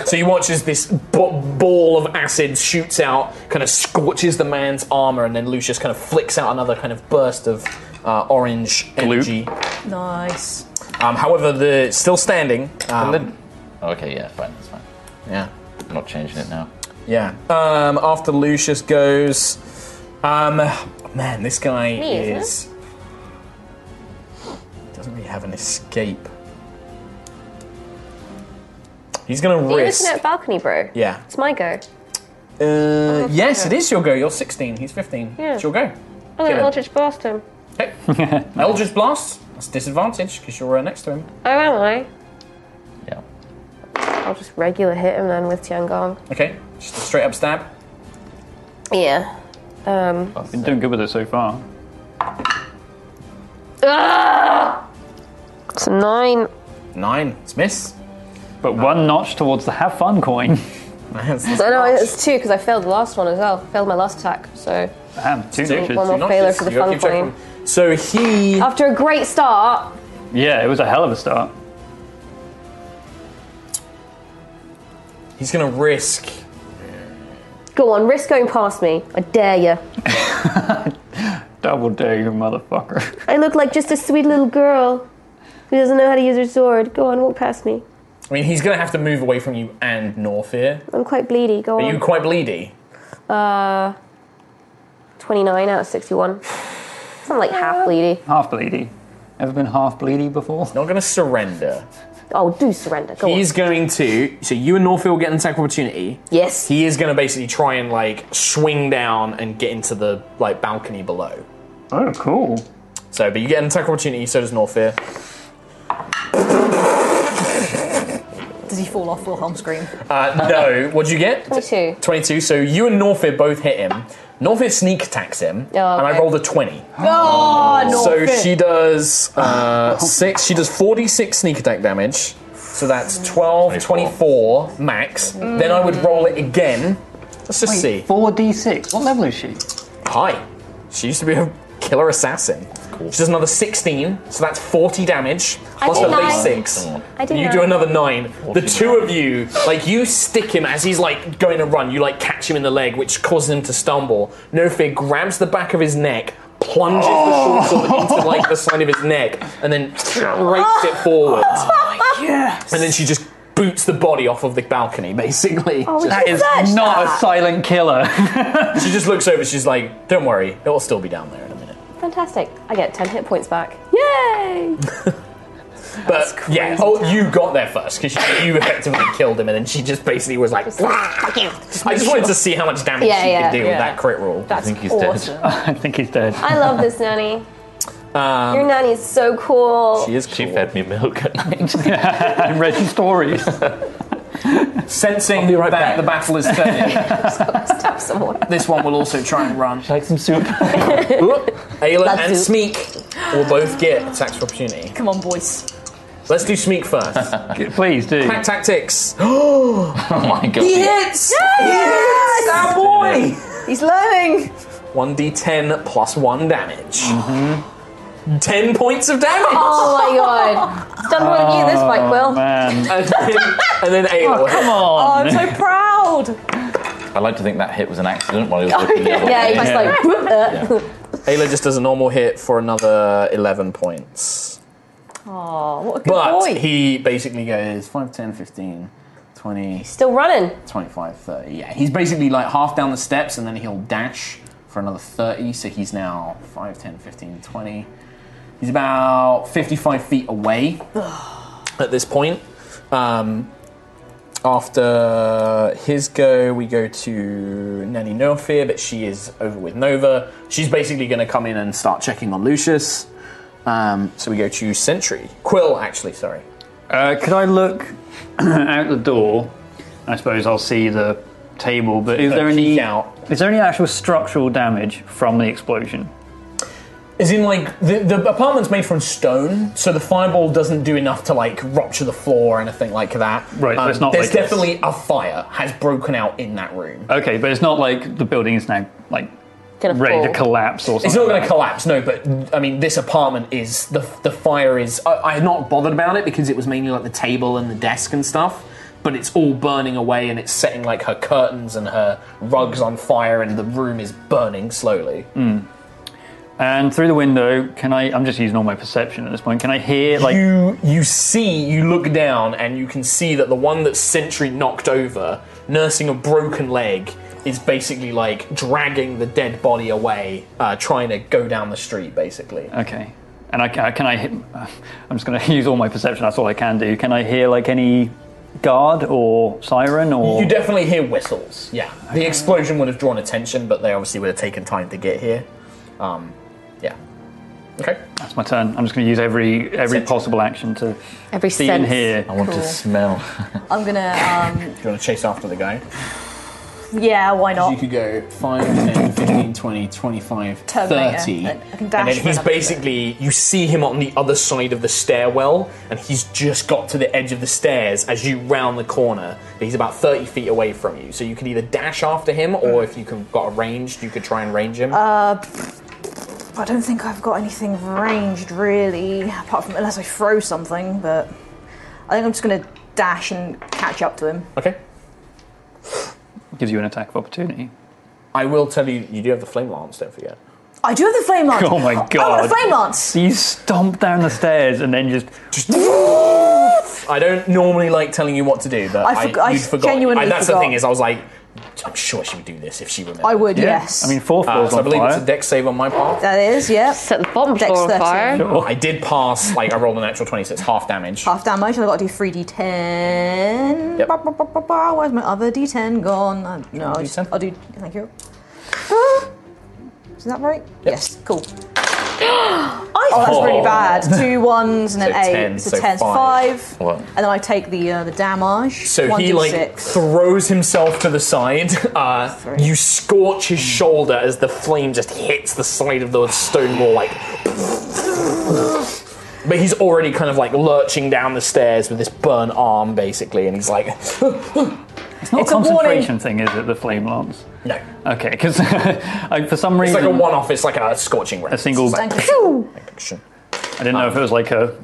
Speaker 7: So you watch as this b- ball of acid shoots out, kind of scorches the man's armor, and then Lucius kind of flicks out another kind of burst of uh, orange energy.
Speaker 6: nice.
Speaker 7: Um, however, the still standing. Um,
Speaker 1: Okay, yeah, fine, that's fine.
Speaker 7: Yeah.
Speaker 1: I'm not changing it now.
Speaker 7: Yeah. Um, after Lucius goes, um, man, this guy
Speaker 1: Me, isn't
Speaker 7: is doesn't really have an escape. He's
Speaker 11: Are
Speaker 7: gonna
Speaker 11: you looking
Speaker 7: risk.
Speaker 11: at balcony, bro?
Speaker 7: Yeah.
Speaker 11: It's my go.
Speaker 7: Uh, yes, it is your go. You're 16. He's 15.
Speaker 11: Yeah.
Speaker 7: It's your go.
Speaker 11: I'm gonna
Speaker 7: Kill him.
Speaker 11: Eldritch blast him.
Speaker 7: Eldritch blast. That's disadvantage because you're right next to him.
Speaker 11: Oh, am I?
Speaker 1: Yeah.
Speaker 11: I'll just regular hit him then with Tiangong.
Speaker 7: Okay. Just a straight up stab.
Speaker 11: Yeah. Um.
Speaker 10: Been doing good with it so far.
Speaker 11: Ah! It's a nine.
Speaker 7: Nine. It's miss.
Speaker 10: But one notch towards the have fun coin.
Speaker 11: So no, it's two because I failed the last one as well. Failed my last attack, so
Speaker 10: Damn, two
Speaker 11: Still
Speaker 10: notches.
Speaker 11: one more Two notches. failure for the Oh. You gotta fun keep checking.
Speaker 7: So he.
Speaker 11: after a great start,
Speaker 10: Yeah, it was a hell of a start.
Speaker 7: He's going to risk.
Speaker 11: Go on, risk going past me. I dare you.
Speaker 10: Double dare you, motherfucker.
Speaker 11: I look like just a sweet little girl who doesn't know how to use her sword. Go on, walk past me.
Speaker 7: I mean, he's going to have to move away from you and Norfear.
Speaker 11: I'm quite bleedy. Go
Speaker 6: Oh.
Speaker 7: Are
Speaker 11: on.
Speaker 7: you quite bleedy?
Speaker 11: Uh, 29 out of 61. I'm like half bleedy.
Speaker 10: Half bleedy. Ever been half bleedy before?
Speaker 7: Not going to surrender.
Speaker 11: Oh, do surrender. Go
Speaker 7: He's going to. So you and Norfield get an attack of opportunity.
Speaker 11: Yes.
Speaker 7: He is going to basically try and like swing down and get into the like balcony below.
Speaker 10: Oh, cool.
Speaker 7: So, but you get an attack of opportunity. So does Norfear.
Speaker 6: Does he fall off Wilhelm scream?
Speaker 7: Uh, no. What'd you get? Twenty-two. Twenty-two. So you and Norfear both hit him. Norfear sneak attacks him,
Speaker 6: Oh,
Speaker 7: and I
Speaker 6: okay.
Speaker 7: rolled a twenty.
Speaker 6: Oh,
Speaker 7: so she does
Speaker 11: Ah.
Speaker 7: uh, six. She does forty-six sneak attack damage. So that's 12, 24, max. Then I would roll it again. Let's just see.
Speaker 10: Four d six. What level is she?
Speaker 7: Hi. She used to be a killer assassin. She does another 16, so that's 40 damage.
Speaker 11: I
Speaker 7: Plus
Speaker 11: did
Speaker 7: her base
Speaker 11: nine.
Speaker 7: 6.
Speaker 11: I did
Speaker 7: you
Speaker 11: nine.
Speaker 7: do another 9. The two of you, like, you stick him as he's, like, going to run. You, like, catch him in the leg, which causes him to stumble. No fear grabs the back of his neck, plunges
Speaker 11: Oh.
Speaker 7: the short sword into, like, the side of his neck, and then rakes it forward.
Speaker 11: Oh,
Speaker 10: Yeah.
Speaker 7: And then she just boots the body off of the balcony, basically.
Speaker 10: Oh, we That should is search not
Speaker 11: Ah,
Speaker 10: that. a silent killer.
Speaker 7: she just looks over, she's like, don't worry, it'll still be down there in a minute.
Speaker 11: on. Fantastic. I get 10 hit points back. Yay!
Speaker 7: But yeah, oh, you got there first because you effectively killed him, and then she just basically was like, "Fuck you." I just wanted to see how much damage
Speaker 11: Yeah,
Speaker 7: she
Speaker 11: yeah,
Speaker 7: could do with
Speaker 11: yeah.
Speaker 7: that crit roll.
Speaker 11: That's I think he's dead. awesome.
Speaker 10: I think he's dead.
Speaker 11: I love this nanny.
Speaker 7: Um,
Speaker 11: Your nanny is so cool.
Speaker 7: is. She fed
Speaker 1: me milk at night.
Speaker 10: and read stories.
Speaker 7: Sensing that the battle is turning,
Speaker 11: Stab someone.
Speaker 7: this one will also try and run.
Speaker 10: Like some soup.
Speaker 7: Ayla
Speaker 6: That's
Speaker 7: and
Speaker 6: it.
Speaker 7: Smeek will both get attacks of opportunity.
Speaker 6: Come on, boys.
Speaker 7: Let's do Smeek first.
Speaker 10: Please do.
Speaker 7: Pack tactics. oh
Speaker 1: my
Speaker 6: He
Speaker 7: hits!
Speaker 6: Yes!
Speaker 7: That boy!
Speaker 6: He's learning.
Speaker 7: 1d10 plus 1 damage. 10 points of damage!
Speaker 11: Oh my god. It's done more than you this fight, Quill.
Speaker 7: Oh, And then, and then Ayla.
Speaker 11: Oh, I'm so proud.
Speaker 1: I like to think that hit was an accident while he was looking the other
Speaker 11: Oh, yeah,
Speaker 1: way.
Speaker 11: he's just like, whoop, uh.
Speaker 7: Ayla just does a normal hit for another 11 points.
Speaker 11: Oh, what a good
Speaker 7: But
Speaker 11: boy.
Speaker 7: he basically goes 5, 10, 15, 20,
Speaker 11: Still running.
Speaker 7: 25, 30. Yeah, he's basically like half down the steps and then he'll dash for another 30. So he's now 5, 10, 15, 20. He's about 55 feet away at this point. Um, after his go, we go to Nanny No Fear, but she is over with Nova. She's basically going to come in and start checking on Lucius. Um, so we go to Sentry. Quill, actually, sorry.
Speaker 10: Uh, could I look out the door? I suppose I'll see the table, but is
Speaker 7: Uh,
Speaker 10: there any
Speaker 7: peek out.
Speaker 10: is there any actual structural damage from the explosion?
Speaker 7: As in, like, the, the apartment's made from stone, so the fireball doesn't do enough to, like, rupture the floor or anything like that.
Speaker 10: Right, so
Speaker 7: Um,
Speaker 10: it's not
Speaker 7: There's
Speaker 10: like it's-
Speaker 7: definitely a fire has broken out in that room.
Speaker 10: Okay, but it's not like the building is now like
Speaker 11: Gonna
Speaker 10: ready to
Speaker 7: fall.
Speaker 10: collapse or something.
Speaker 7: It's not going
Speaker 10: like
Speaker 7: to
Speaker 10: that.
Speaker 7: collapse, no. But I mean, this apartment is the the fire is. I, I'm not bothered about it because it was mainly like the table and the desk and stuff. But it's all burning away, and it's setting like her curtains and her rugs on fire, and the room is burning slowly.
Speaker 10: Mm. And through the window, can I? I'm just using all my perception at this point. Can I hear like?
Speaker 7: you you see, you look down, and you can see that the one that Sentry knocked over, nursing a broken leg, is basically like dragging the dead body away, uh, trying to go down the street, basically.
Speaker 10: Okay. And I, ca- can I? hit- I'm just going to use all my perception. That's all I can do. Can I hear like any guard or siren or?
Speaker 7: You definitely hear whistles. Yeah, the explosion would have drawn attention, but they obviously would have taken time to get here. Um, yeah. Okay.
Speaker 10: That's my turn. I'm just going to use every every possible action to
Speaker 6: Every
Speaker 10: see
Speaker 6: sense.
Speaker 10: and hear.
Speaker 6: I want to Cool.
Speaker 7: smell.
Speaker 6: I'm gonna.
Speaker 7: Do you want to chase after the guy?
Speaker 6: Um, yeah, why
Speaker 7: You
Speaker 6: not?
Speaker 7: could go 5, 10, 15, 20, 25,
Speaker 6: Terminator.
Speaker 7: 30.
Speaker 6: I- I can dash
Speaker 7: and then
Speaker 6: for
Speaker 7: he's
Speaker 6: another bit.
Speaker 7: basically, you see him on the other side of the stairwell, and he's just got to the edge of the stairs as you round the corner. He's about 30 feet away from you. So you can either dash after him, or if you can got a ranged, you could try and range him.
Speaker 6: Uh, I don't think I've got anything ranged really, apart from unless I throw something. But I think I'm just gonna dash and catch up to him.
Speaker 7: Okay.
Speaker 10: gives you an attack of opportunity.
Speaker 7: I will tell you, you do have the flame lance, don't forget.
Speaker 6: I do have the flame lance.
Speaker 10: Oh my god!
Speaker 6: I want a flame lance.
Speaker 10: You stomp down the stairs and then just.
Speaker 7: I don't normally like telling you what to do, but
Speaker 6: I
Speaker 7: I,
Speaker 6: forg- I
Speaker 7: you forgot.
Speaker 6: genuinely
Speaker 7: and that's the
Speaker 6: forgot.
Speaker 7: thing is, I was like, I'm sure she would do this if she remembered.
Speaker 6: I would, Yeah. yes. I mean,
Speaker 10: four
Speaker 7: Uh,
Speaker 10: floors
Speaker 7: so I
Speaker 10: on
Speaker 7: believe it's
Speaker 10: fire.
Speaker 7: a deck save on my part.
Speaker 6: That is, yeah. Set
Speaker 13: the bomb
Speaker 6: Dex
Speaker 13: floor on
Speaker 6: 13.
Speaker 13: fire.
Speaker 7: I did pass. Like I rolled a natural twenty, so it's half damage.
Speaker 6: Half damage. I've got to do three d10. Ba, ba, ba, ba, ba. Where's my other d10 gone? Uh, no, I'll, just, I'll do. Thank you. Ah. Is that right? Yes. Cool. I, oh, that's really
Speaker 12: Oh.
Speaker 6: bad. Two ones and an
Speaker 7: So
Speaker 6: eight.
Speaker 7: 10,
Speaker 6: it's a
Speaker 7: so
Speaker 6: ten.
Speaker 7: five.
Speaker 6: Five.
Speaker 7: What?
Speaker 6: And then I take the uh, the damage.
Speaker 7: So
Speaker 6: One
Speaker 7: he like
Speaker 6: d6.
Speaker 7: throws himself to the side. Uh, you scorch his shoulder as the flame just hits the side of the stone wall, like. But he's already kind of like lurching down the stairs with this burn arm, basically, and he's like,
Speaker 10: It's not
Speaker 7: It's
Speaker 10: a
Speaker 7: a warning.
Speaker 10: concentration thing, is it? The flame lance.
Speaker 7: No.
Speaker 10: Okay, because for some
Speaker 7: It's
Speaker 10: reason
Speaker 7: like a one-off. It's like a scorching ray.
Speaker 10: A single.
Speaker 7: It's
Speaker 10: I
Speaker 7: like-
Speaker 10: didn't know if it was like a.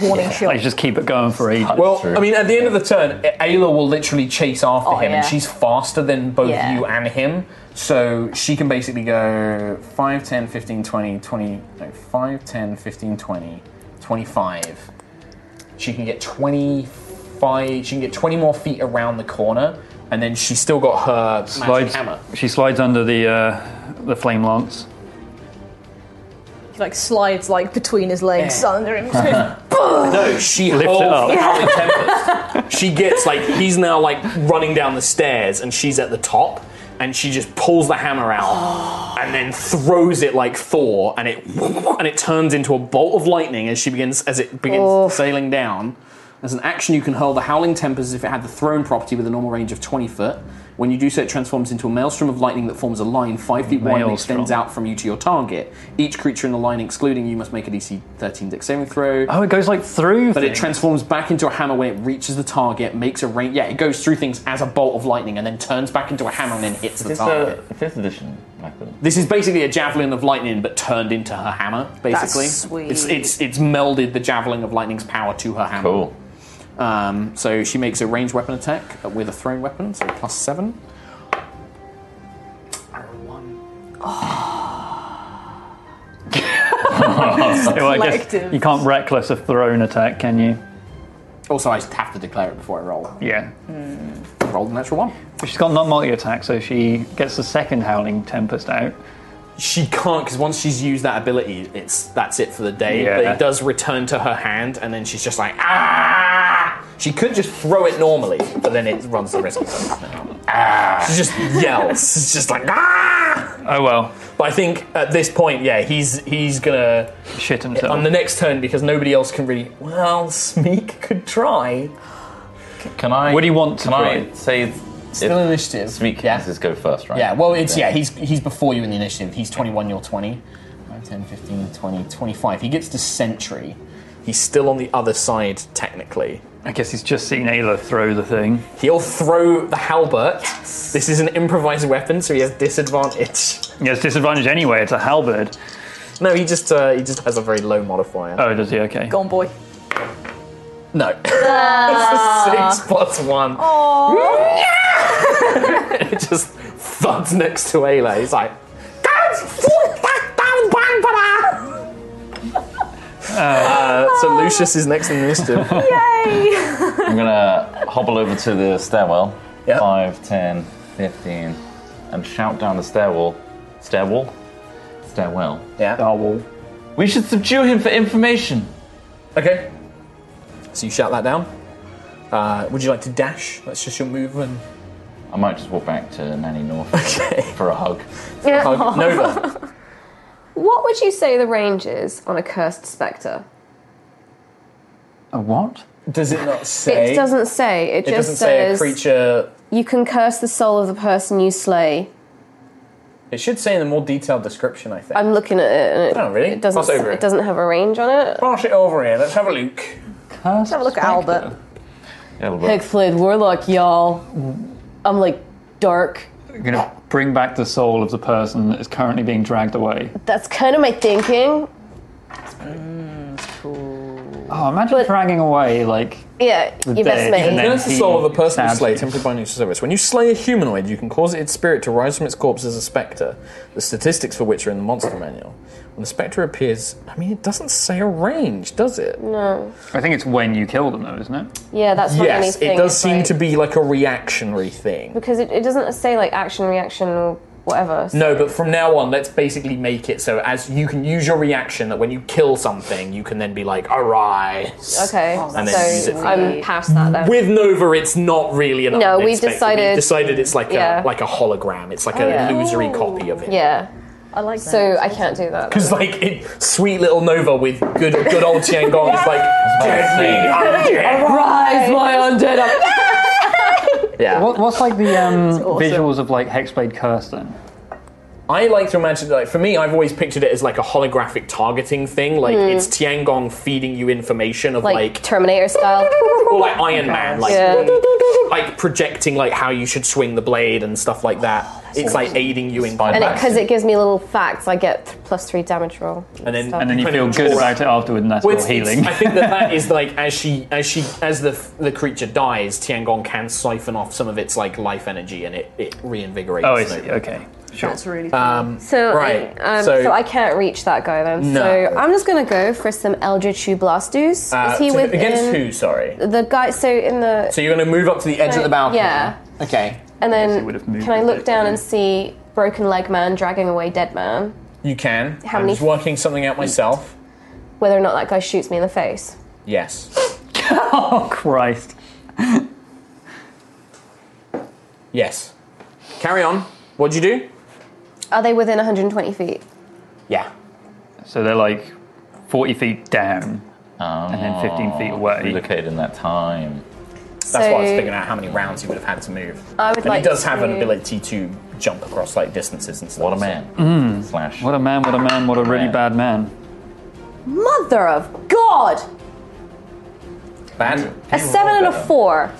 Speaker 6: Warning shot.
Speaker 10: Like just keep it going for ages.
Speaker 7: Well, I mean, at the end of the turn, A- Ayla will literally chase after
Speaker 6: Oh,
Speaker 7: him, and
Speaker 6: yeah.
Speaker 7: she's faster than both
Speaker 6: Yeah.
Speaker 7: you and him. So she can basically go 5, 10, 15, 20, 20, no, 5, 10, 15, 20, 25. She can get 25, she can get 20 more feet around the corner, and then she's still got her magic
Speaker 10: slides.
Speaker 7: hammer.
Speaker 10: She slides under the uh, the flame lance.
Speaker 6: He like slides like between his legs under him.
Speaker 7: no, she lifts it
Speaker 10: up.
Speaker 7: she gets like he's now like running down the stairs and she's at the top and she just pulls the hammer out and then throws it like Thor and it and it turns into a bolt of lightning as she begins as it begins sailing down. As an action, you can hurl the Howling Tempest as if it had the thrown property with a normal range of 20 foot. When you do so, it transforms into a maelstrom of lightning that forms a line 5 feet wide and
Speaker 10: Maelstrom.
Speaker 7: extends out from you to your target. Each creature in the line, excluding you, must make a DC 13 dex saving throw.
Speaker 10: Oh, it goes like through.
Speaker 7: But it
Speaker 10: things.
Speaker 7: transforms back into a hammer when it reaches the target, makes a range. Yeah, it goes through things as a bolt of lightning and then turns back into a hammer and then hits the
Speaker 1: It's a
Speaker 7: target.
Speaker 1: fifth edition weapon.
Speaker 7: This is basically a javelin of lightning, but turned into her hammer. Basically,
Speaker 1: That's sweet.
Speaker 7: It's, it's it's melded the javelin of lightning's power to her hammer.
Speaker 1: Cool.
Speaker 7: Um, so she makes a ranged weapon attack with a thrown weapon, so plus seven.
Speaker 10: well, I guess
Speaker 7: Collective.
Speaker 10: you can't reckless a thrown attack, can you?
Speaker 7: Also, I have to declare it before I roll.
Speaker 10: Yeah.
Speaker 7: Rolled a natural one.
Speaker 10: But she's got non multi attack, so she gets the second Howling Tempest out.
Speaker 7: She can't because once she's used that ability, it's that's it for the day.
Speaker 10: Yeah.
Speaker 7: But it does return to her hand, and then she's just like ah. She could just throw it normally, but then it runs the risk. of ah. She just yells. It's just like ah.
Speaker 10: Oh well.
Speaker 7: But I think at this point, yeah, he's he's gonna
Speaker 10: shit himself
Speaker 7: on the next turn because nobody else can really. Well, Smeek could try.
Speaker 1: Can I?
Speaker 10: What do you want?
Speaker 1: Can I say?
Speaker 7: Still
Speaker 1: if
Speaker 7: initiative.
Speaker 1: Sweet cases go first, right?
Speaker 7: Yeah, well, it's yeah. He's he's before you in the initiative. He's 21. You're 20. 5, 10, 15, 20, 25. He gets to sentry. He's still on the other side, technically.
Speaker 10: I guess he's just seen Ayla throw the thing.
Speaker 7: He'll throw the halberd. This is an improvised weapon, so he has disadvantage.
Speaker 10: He has disadvantage anyway. It's a halberd.
Speaker 7: No, he just uh, he just has a very low modifier.
Speaker 10: Oh, does he? Okay.
Speaker 6: Gone boy.
Speaker 7: No. it's a six plus one.
Speaker 6: Aww.
Speaker 7: it just thuds next to Ayla. He's like, uh, so Lucius is next in the initiative.
Speaker 12: Yay!
Speaker 1: I'm gonna hobble over to the stairwell. Five, ten, fifteen, and shout down the stairwell. Stairwell? Stairwell.
Speaker 7: Yeah.
Speaker 1: Stairwell. We should subdue him for information.
Speaker 7: Okay. So you shout that down. Uh, would you like to dash? That's just your move. And
Speaker 1: I might just walk back to Nanny North for a hug.
Speaker 11: Yeah.
Speaker 7: Oh,
Speaker 1: Hug Nova.
Speaker 11: What would you say the range is on a cursed spectre?
Speaker 10: A what?
Speaker 7: Does it not say?
Speaker 11: It doesn't say. It,
Speaker 7: It
Speaker 11: just
Speaker 7: doesn't say a
Speaker 11: says
Speaker 7: creature.
Speaker 11: you can curse the soul of the person you slay.
Speaker 7: It should say in the more detailed description, I think.
Speaker 11: I'm looking at it and it,
Speaker 7: Oh, really?
Speaker 11: it doesn't
Speaker 7: Pass over
Speaker 11: it.
Speaker 7: it.
Speaker 11: doesn't have a range on it.
Speaker 7: Pass it over here. Let's have a look.
Speaker 11: Let's have a look at Albert.
Speaker 1: Albert.
Speaker 13: Hexblade Warlock, y'all. I'm like dark.
Speaker 10: I'm gonna bring back the soul of the person that is currently being dragged away.
Speaker 13: That's kind of my thinking.
Speaker 6: That's cool.
Speaker 10: Oh, imagine dragging away like
Speaker 11: Yeah,
Speaker 10: The
Speaker 11: your
Speaker 10: dead.
Speaker 11: best mate.
Speaker 10: And then
Speaker 7: Even if the
Speaker 10: he
Speaker 7: soul of a person you
Speaker 10: stabs
Speaker 7: slay
Speaker 10: you.
Speaker 7: temporarily binds you to service. When you slay a humanoid, you can cause its spirit to rise from its corpse as a spectre, the statistics for which are in the monster manual. When the spectre appears, I mean, it doesn't say a range, does it?
Speaker 11: No.
Speaker 10: I think it's when you kill them, though, isn't it?
Speaker 11: Yeah, that's what
Speaker 7: yes,
Speaker 11: anything
Speaker 7: it does
Speaker 11: is
Speaker 7: seem
Speaker 11: like.
Speaker 7: to be like a reactionary thing.
Speaker 11: Because it, it doesn't say like action, reaction, or whatever. so-
Speaker 7: No, but from now on, let's basically make it so as you can use your reaction that when you kill something, you can then be like, arise.
Speaker 11: Okay,
Speaker 7: and then use
Speaker 11: so
Speaker 7: it for
Speaker 11: I'm past that then.
Speaker 7: With Nova, it's not really an
Speaker 11: No, we've
Speaker 7: unexpected-
Speaker 11: decided-
Speaker 7: decided it's like
Speaker 11: Yeah.
Speaker 7: a like a hologram. It's like
Speaker 11: Oh,
Speaker 7: an
Speaker 11: yeah.
Speaker 7: illusory copy of it.
Speaker 11: yeah. I like So I can't do that.
Speaker 7: Because like it, sweet little Nova with good good old Tiangong is like get me undead.
Speaker 10: Rise,
Speaker 13: my undead!
Speaker 7: Yeah.
Speaker 10: What, what's like the um, visuals of like Hexblade Curse then?
Speaker 7: I like to imagine that, like, for me, I've always pictured it as like a holographic targeting thing. Like
Speaker 11: Hmm.
Speaker 7: it's Tiangong feeding you information of
Speaker 11: Like,
Speaker 7: like
Speaker 11: Terminator style.
Speaker 7: or like Iron Man, like
Speaker 11: Yeah.
Speaker 7: like projecting like how you should swing the blade and stuff like that. it's like aiding you in
Speaker 11: Oh, and because it, gives me little facts, I get th- plus three damage roll.
Speaker 7: and then
Speaker 10: And then you feel
Speaker 7: depending
Speaker 10: good
Speaker 7: on-
Speaker 10: about it afterward, and that's
Speaker 7: Well,
Speaker 10: all
Speaker 7: it's- it's-
Speaker 10: healing.
Speaker 7: I think that that is like as she as she as the the creature dies, Tiangong can siphon off some of its like life energy and it it reinvigorates.
Speaker 10: Oh, I see.
Speaker 7: them.
Speaker 10: Okay.
Speaker 11: That's really
Speaker 7: Um,
Speaker 11: So,
Speaker 7: right.
Speaker 11: I, um, so,
Speaker 7: so,
Speaker 11: I can't reach that guy then.
Speaker 7: No.
Speaker 11: So I'm just gonna go for some Eldritch Blastus.
Speaker 7: uh,
Speaker 11: Is he
Speaker 7: so
Speaker 11: within
Speaker 7: against who? Sorry.
Speaker 11: The guy. So in the
Speaker 7: So you're going to move up to the edge of the balcony.
Speaker 11: Yeah.
Speaker 7: Okay.
Speaker 11: and then
Speaker 7: would have moved
Speaker 11: can I
Speaker 7: a
Speaker 11: look
Speaker 7: bit,
Speaker 11: down and see broken leg man dragging away dead man?
Speaker 7: You can.
Speaker 11: How
Speaker 7: I'm
Speaker 11: many
Speaker 7: just working something out myself.
Speaker 11: Whether or not that guy shoots me in the face.
Speaker 7: Yes.
Speaker 10: oh Christ!
Speaker 7: Yes. Carry on. What'd you do?
Speaker 11: Are they within 120 feet?
Speaker 7: Yeah.
Speaker 10: So they're like 40 feet down and then 15 feet away.
Speaker 1: Relocated Um, in that time.
Speaker 7: That's why I was
Speaker 11: So-
Speaker 7: figuring out how many rounds he would have had to move.
Speaker 11: I would
Speaker 7: and
Speaker 11: like
Speaker 7: he does have an
Speaker 11: to-
Speaker 7: ability to jump across like distances and stuff. What a man.
Speaker 10: Mm.
Speaker 1: Slash.
Speaker 10: What a man, what a man, what a really bad man.
Speaker 11: Mother of God!
Speaker 7: Bad.
Speaker 11: A seven and a four.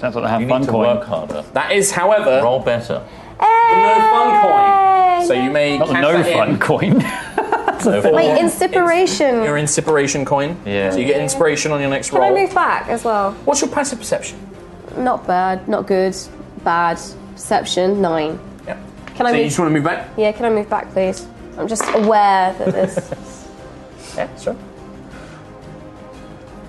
Speaker 10: Sounds like they have
Speaker 1: you
Speaker 10: fun
Speaker 1: need to
Speaker 10: coin.
Speaker 1: work harder.
Speaker 7: That is, however,
Speaker 1: roll better.
Speaker 7: So you may
Speaker 1: Not the
Speaker 7: cash
Speaker 1: no
Speaker 7: that in.
Speaker 1: fun
Speaker 10: coin.
Speaker 7: No fun.
Speaker 11: My inspiration.
Speaker 7: Your inspiration coin. Yeah. So you get inspiration on your next
Speaker 11: Can I
Speaker 7: roll.
Speaker 11: move back as well?
Speaker 7: What's your passive perception?
Speaker 11: Not bad, not good, bad. Perception, nine.
Speaker 7: Yeah.
Speaker 11: Can I
Speaker 7: so
Speaker 11: move?
Speaker 7: you just want to move back?
Speaker 11: Yeah, can I move back, please? I'm just aware that this.
Speaker 7: yeah, sure.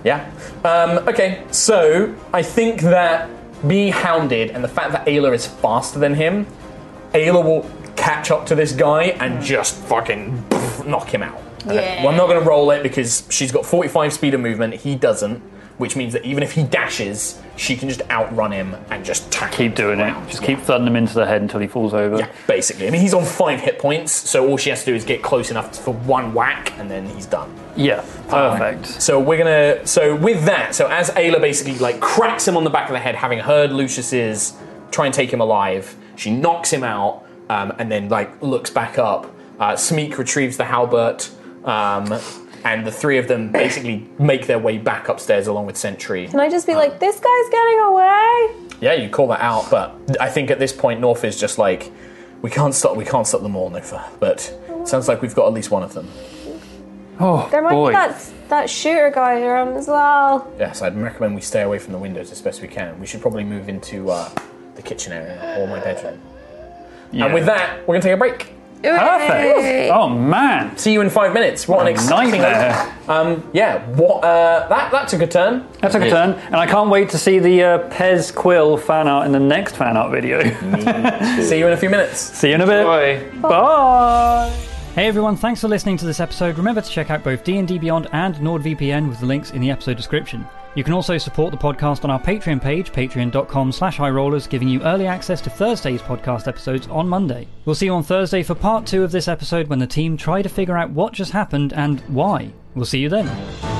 Speaker 7: Yeah. Um, okay, so I think that being hounded and the fact that Ayla is faster than him, Ayla will catch up to this guy and just fucking knock him out.
Speaker 3: Yeah.
Speaker 7: Well, I'm not going to roll it because she's got 45 speed of movement. He doesn't, which means that even if he dashes, she can just outrun him and just tackle.
Speaker 10: Keep doing it. Just keep thudding him into the head until he falls over.
Speaker 7: Yeah, basically. I mean, he's on five hit points, so all she has to do is get close enough for one whack, and then he's done.
Speaker 10: Yeah, perfect.
Speaker 7: So we're gonna. So with that, so as Ayla basically like cracks him on the back of the head, having heard Lucius's try and take him alive, she knocks him out, um, and then like looks back up. Uh, Smeek retrieves the halbert, um, and the three of them basically make their way back upstairs along with Sentry.
Speaker 11: Can I just be like, this guy's getting away?
Speaker 7: Yeah, you call that out, but I think at this point North is just like, we can't stop, we can't stop them all, Nova. But it sounds like we've got at least one of them.
Speaker 10: Oh,
Speaker 11: There might be that, that shooter guy around as well.
Speaker 7: Yes, I'd recommend we stay away from the windows as best we can. We should probably move into uh, the kitchen area or my bedroom. And with that, we're going to take a break.
Speaker 10: Perfect. Oh man!
Speaker 7: See you in five minutes. What an exciting
Speaker 10: nightmare.
Speaker 7: Um, yeah, what? Uh, that that took a turn.
Speaker 10: That took a turn, and I can't wait to see the uh, Pez Quill fan art in the next fan art video.
Speaker 7: See you in a few minutes. See
Speaker 10: you in a bit. Bye.
Speaker 5: Hey everyone, thanks for listening to this episode. Remember to check out both D&D Beyond and NordVPN with the links in the episode description. You can also support the podcast on our Patreon page, patreon.com slash highrollers, giving you early access to Thursday's podcast episodes on Monday. We'll see you on Thursday for part two of this episode when the team try to figure out what just happened and why. We'll see you then.